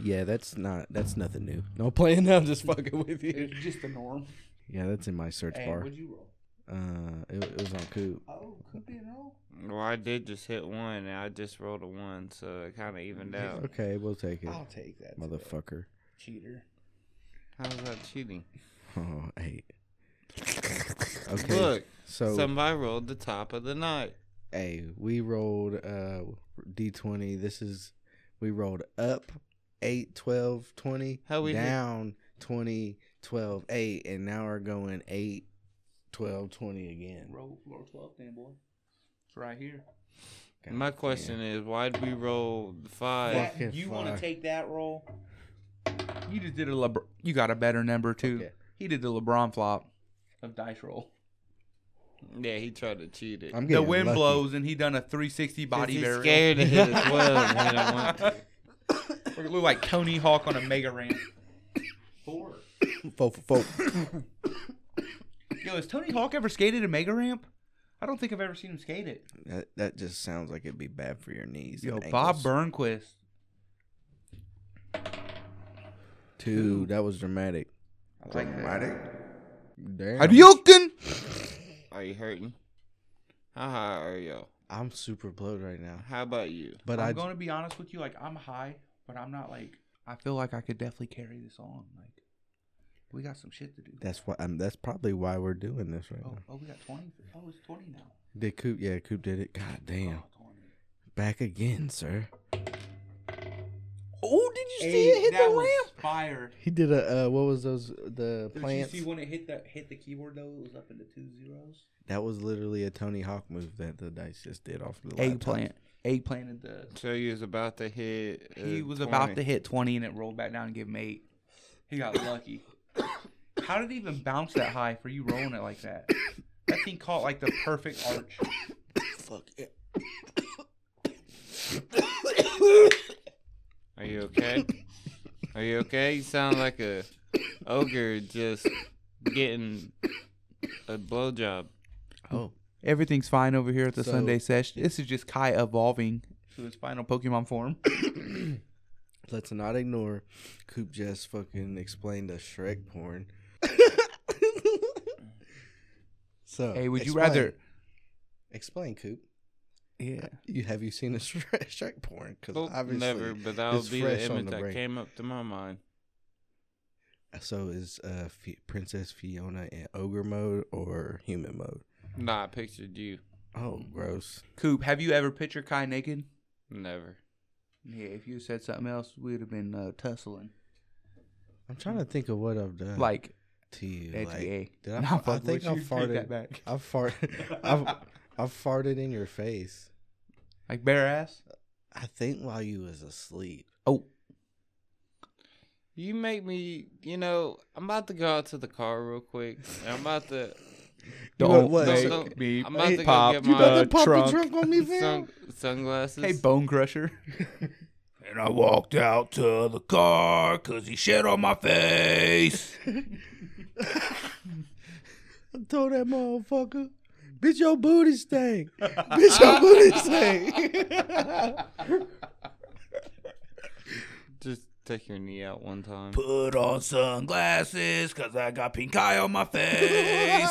Yeah, that's not that's nothing new. No playing. I'm just fucking with you.
it's just the norm.
Yeah, that's in my search
Hey,
bar.
would you roll?
Uh, it, it was on Coop.
Oh, could be a roll.
Well, I did just hit one, and I just rolled a one, so it kind of evened out.
Okay, we'll take it,
I'll take that,
motherfucker.
cheater.
How's that cheating?
Oh, eight. Okay.
Look,
so
somebody rolled the top of the night.
hey, we rolled uh D twenty. This is we rolled up 8, 12, 20,
How we did-
down twenty, twelve, eight, 20, 12, 8, and now we're going 8, 12, 20 again.
Roll floor twelve, then boy. It's right here.
God
My
damn.
question is, why'd we roll the five?
Fucking
you want to
fuck.
take that roll? You just did a LeBron. You got a better number too.
Okay.
He did the LeBron flop of dice roll.
Yeah, he tried to cheat it.
I'm
The
getting
wind
lucky.
blows and he done a 360
Cause
body
he's
barrel.
scared to hit a twelve. and he don't want to.
Look- Look like Tony Hawk on a mega ramp. Four.
Fo- fo- fo-
Yo, has Tony Hawk ever skated a mega ramp? I don't think I've ever seen him skate it.
that, that just sounds like it'd be bad for your knees.
Yo,
and
Bob
ankles.
Burnquist.
Two. That was dramatic.
I like that.
Damn.
Hadouken!
Are you hurting? How high are you?
I'm super blowed right now.
How about you?
But
I'm
I
going to be honest with you. Like, I'm high, but I'm not like. I feel like I could definitely carry this on. Like, we got some shit to do.
That's why. I'm, that's probably why we're doing this right
Oh,
now.
oh, we got 20. Oh, it's 20 now.
Did Coop? Yeah, Coop did it. God damn!
Oh, 20.
Back again, sir.
Oh, did you
see it hit the
that was
lamp?
Fire.
He did a. Uh, what was those? The
Did
plants.
you see when it hit the hit the keyboard though? It was up in the two zeros.
That was literally a Tony Hawk move that the dice just did off the laptop.
Eggplant. Eggplant at the.
So you was about to hit. uh,
He was about
20.
to hit twenty and it rolled back down and gave him eight. He got lucky. How did it even bounce that high for you rolling it like that? That thing caught like the perfect arch.
Are you okay? Are you okay? You sound like a ogre just getting a blowjob.
Oh,
Everything's fine over here at the
So-
Sunday sesh. This is just Kai evolving to his final Pokemon form.
let's not ignore. Coop just fucking explained a Shrek porn. So
Hey, would you
explain-
rather-
explain, Coop?
Yeah.
You have you seen a Shrek Shrek porn? Because
Well,
obviously,
never, but that
it's
would be the
fresh on
image
the
that
brain.
came up to my mind.
So is uh, Fi Princess Fiona in ogre mode or human mode?
Nah, I pictured you.
Oh, gross!
Coop, have you ever pictured Kai naked?
Never.
Yeah, if you said something else, we'd have been uh, tussling.
I'm trying to think of what I've done.
Like,
to you,
That's
like,
gay.
did I,
Nah,
fa- I
fuck
think
with
I
you. Take that
farted.
back.
I farted. I've I've farted in your face.
like bare ass?
I think while you was asleep.
Oh.
You make me, you know, I'm about to go out to the car real quick. And I'm about to,
You know what?
make
So-
don't-
me
I'm about to go
pop
get
you
my
about
uh,
to pop
trunk.
a drunk on me, fam?
sun, sunglasses.
Hey, bone crusher.
And I walked out to the car because he shit on my face.
I told that motherfucker, bitch, your booty stank. bitch, your booty stank.
Just take your knee out one time.
Put on sunglasses because I got pink eye on my face.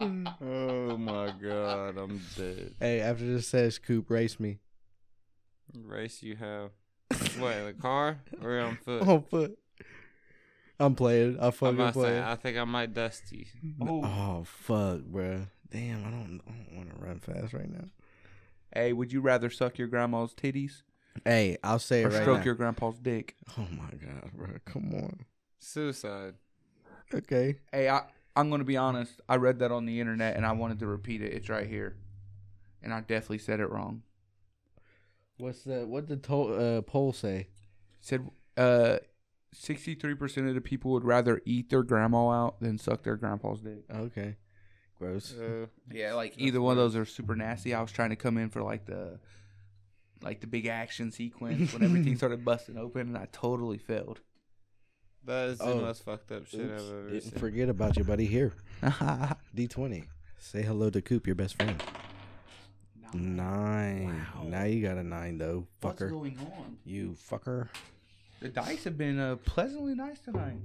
Oh my god, I'm dead.
hey, after this says Coop, race me
Race you have. What, in the car or on foot?
on foot. I'm playing. I
I'm
fucking
about to say,
playing.
I think I might dust you.
Oh fuck, bruh. Damn, I don't, I don't want to run fast right now.
Hey, would you rather suck your grandma's titties
Hey, I'll say it
or
right
stroke
now.
your grandpa's dick?
oh my god, bro. Come on.
Suicide.
Okay.
Hey, I, I'm going to be honest. I read that on the internet and I wanted to repeat it. It's right here. And I definitely said it wrong.
What's the what the to- uh, poll say?
said uh, 63% of the people would rather eat their grandma out than suck their grandpa's dick.
Okay. Gross.
Uh,
Yeah, like either one of those are super nasty. I was trying to come in for like the like the big action sequence when everything started busting open and I totally failed.
that is the
Oh.
most fucked up shit
Oops,
I've ever
Didn't
seen.
forget about you, buddy. Here,
wow.
D20. Say hello to Coop, your best friend. Nine. Now you got a nine though,
What's
fucker.
going on?
You fucker.
The dice have been uh, pleasantly nice tonight.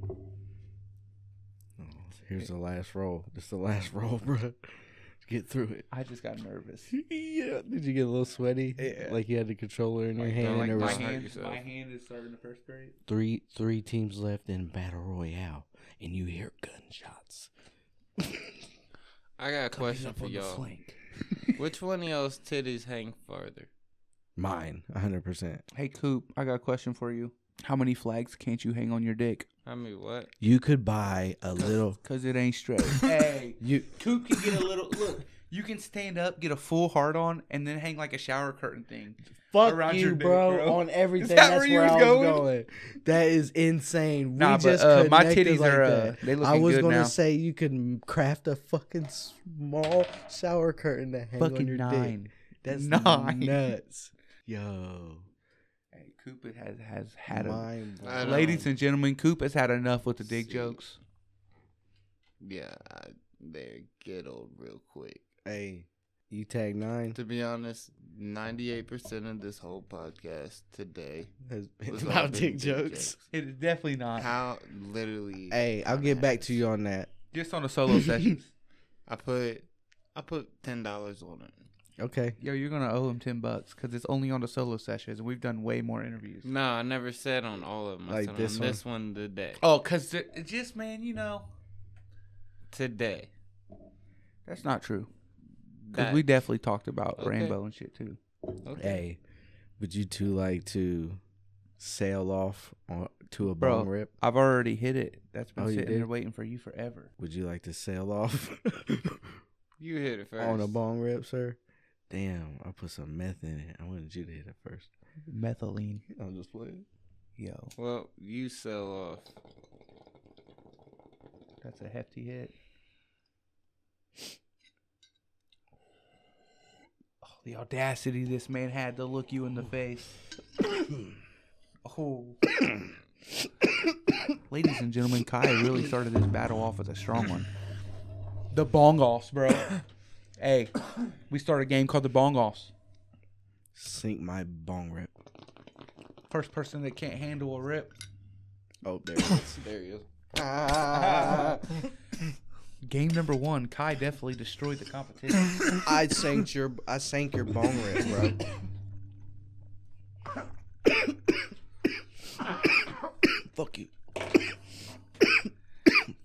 Here's the last roll. This is the last roll, bro. Get through it.
I just got nervous.
yeah. Did you get a little sweaty?
Yeah.
Like you had the controller in your
Like,
hand.
don't,
and there
like,
was
hurt
hand,
yourself.
my hand is starting to perspirate.
three three teams left in battle royale, and you hear gunshots.
I got a question for y'all. Which one of y'all's titties hang farther?
Mine, hundred percent.
Hey Coop, I got a question for you. How many flags can't you hang on your dick?
I mean, what?
You could buy a little.
Cause it ain't straight. hey,
You
Coop can get a little look. You can stand up, get a full heart on, and then hang like a shower curtain thing.
fuck
Around
you,
your dick,
bro,
bro.
on everything.
Is that
That's
where
where,
you
I
was
was going?
going?
That is insane.
Nah,
we
but,
just
uh, my
connected
titties
like
are, uh,
that.
they
I
looking
was
good
gonna
now.
say you can craft a fucking small shower curtain to hang on your dick. That's
Nine.
nuts. Yo,
Hey, Coop it has has had a,
mind
I don't-
ladies and gentlemen. Coop has had enough with the dick
See.
jokes.
Yeah, I, they get old real quick.
Hey, you tag nine.
To be honest, 98% of this whole podcast today
Has been
was all
about
been
dick jokes.
It is definitely not.
How literally
Hey, I'll get back to you on that.
Just on a solo session.
I put I put ten dollars on it.
Okay.
Yo, you're gonna owe him ten bucks because it's only on the solo sessions, and we've done way more interviews.
No, I never said on all of them. I
Like
said
this
on
one?
this one today.
Oh, cause it- it just man, you know,
Today.
that's not true. Cause
That-
we definitely talked about
Okay.
rainbow and shit too.
Hey, would you two like to sail off on, to a
Bro,
bum rip?
I've already hit it. That's been
Oh, you
sitting there
did?
waiting for you forever.
Would you like to sail off
You hit it first.
on a bong rip, sir? Damn, I put some meth in it. I wanted you to hit it first.
Methylene,
I'm just playing.
yo,
Well, you sell off.
that's a hefty hit. Oh, the audacity this man had to look you in the face. Oh. Ladies and gentlemen, Kai really started this battle off with a strong one. The bong offs, bro. hey, we started a game called the bong offs.
Sink my bong rip.
First person that can't handle a rip
Oh, there it is.
There you go.
Game number one, Kai definitely destroyed the competition.
I sank your I sank your bone rib, bro. Fuck you.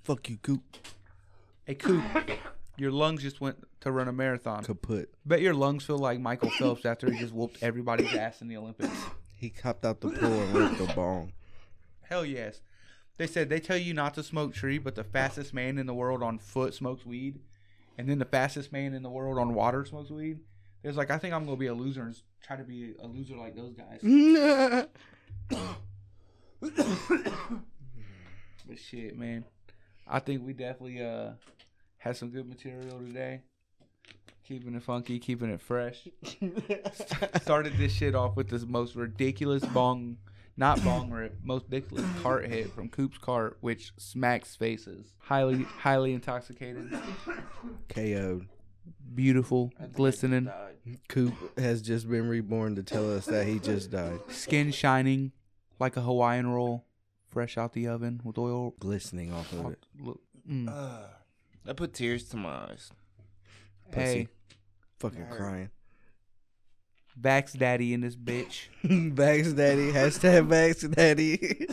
Fuck you, Coop.
Hey, Coop, your lungs just went to run a marathon.
Kaput.
Bet your lungs feel like Michael Phelps after he just whooped everybody's ass in the Olympics.
He hopped out the pool and ripped the bone.
Hell yes. They said they tell you not to smoke tree, but the fastest man in the world on foot smokes weed, and then the fastest man in the world on water smokes weed. It's like I think I'm gonna be a loser and s- try to be a loser like those guys. but shit, man, I think we definitely uh had some good material today. Keeping it funky, keeping it fresh. Started this shit off with this most ridiculous bong not bong rip, most ridiculous cart hit from Coop's cart, which smacks faces. Highly, highly intoxicated,
KO'd.
beautiful, glistening,
Coop has just been reborn to tell us that he just died.
skin shining like a Hawaiian roll, fresh out the oven with oil.
Glistening off of it.
Look, mm.
I put tears to my eyes.
hey,
Fucking crying.
Vax Daddy in this bitch.
Bags Daddy. Hashtag Bags Daddy.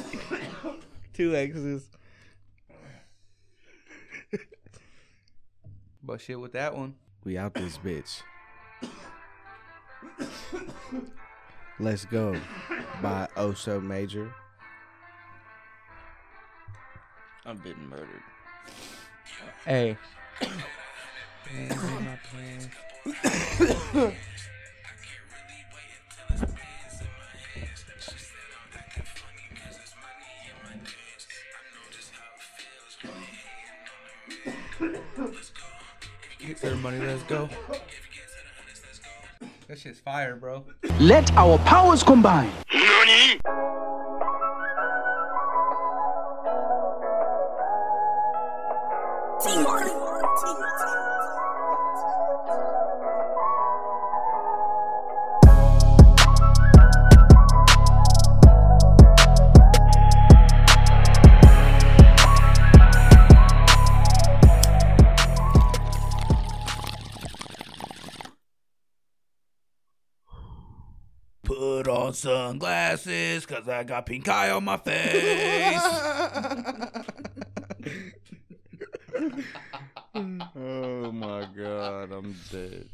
Two X's.
But shit with that one.
We out this bitch. Let's go by Oso Major.
I've been murdered.
Hey, get their money. Let's go. That shit's fire, bro.
Let our powers combine.
Put on sunglasses, cause I got pink eye on my face.
Oh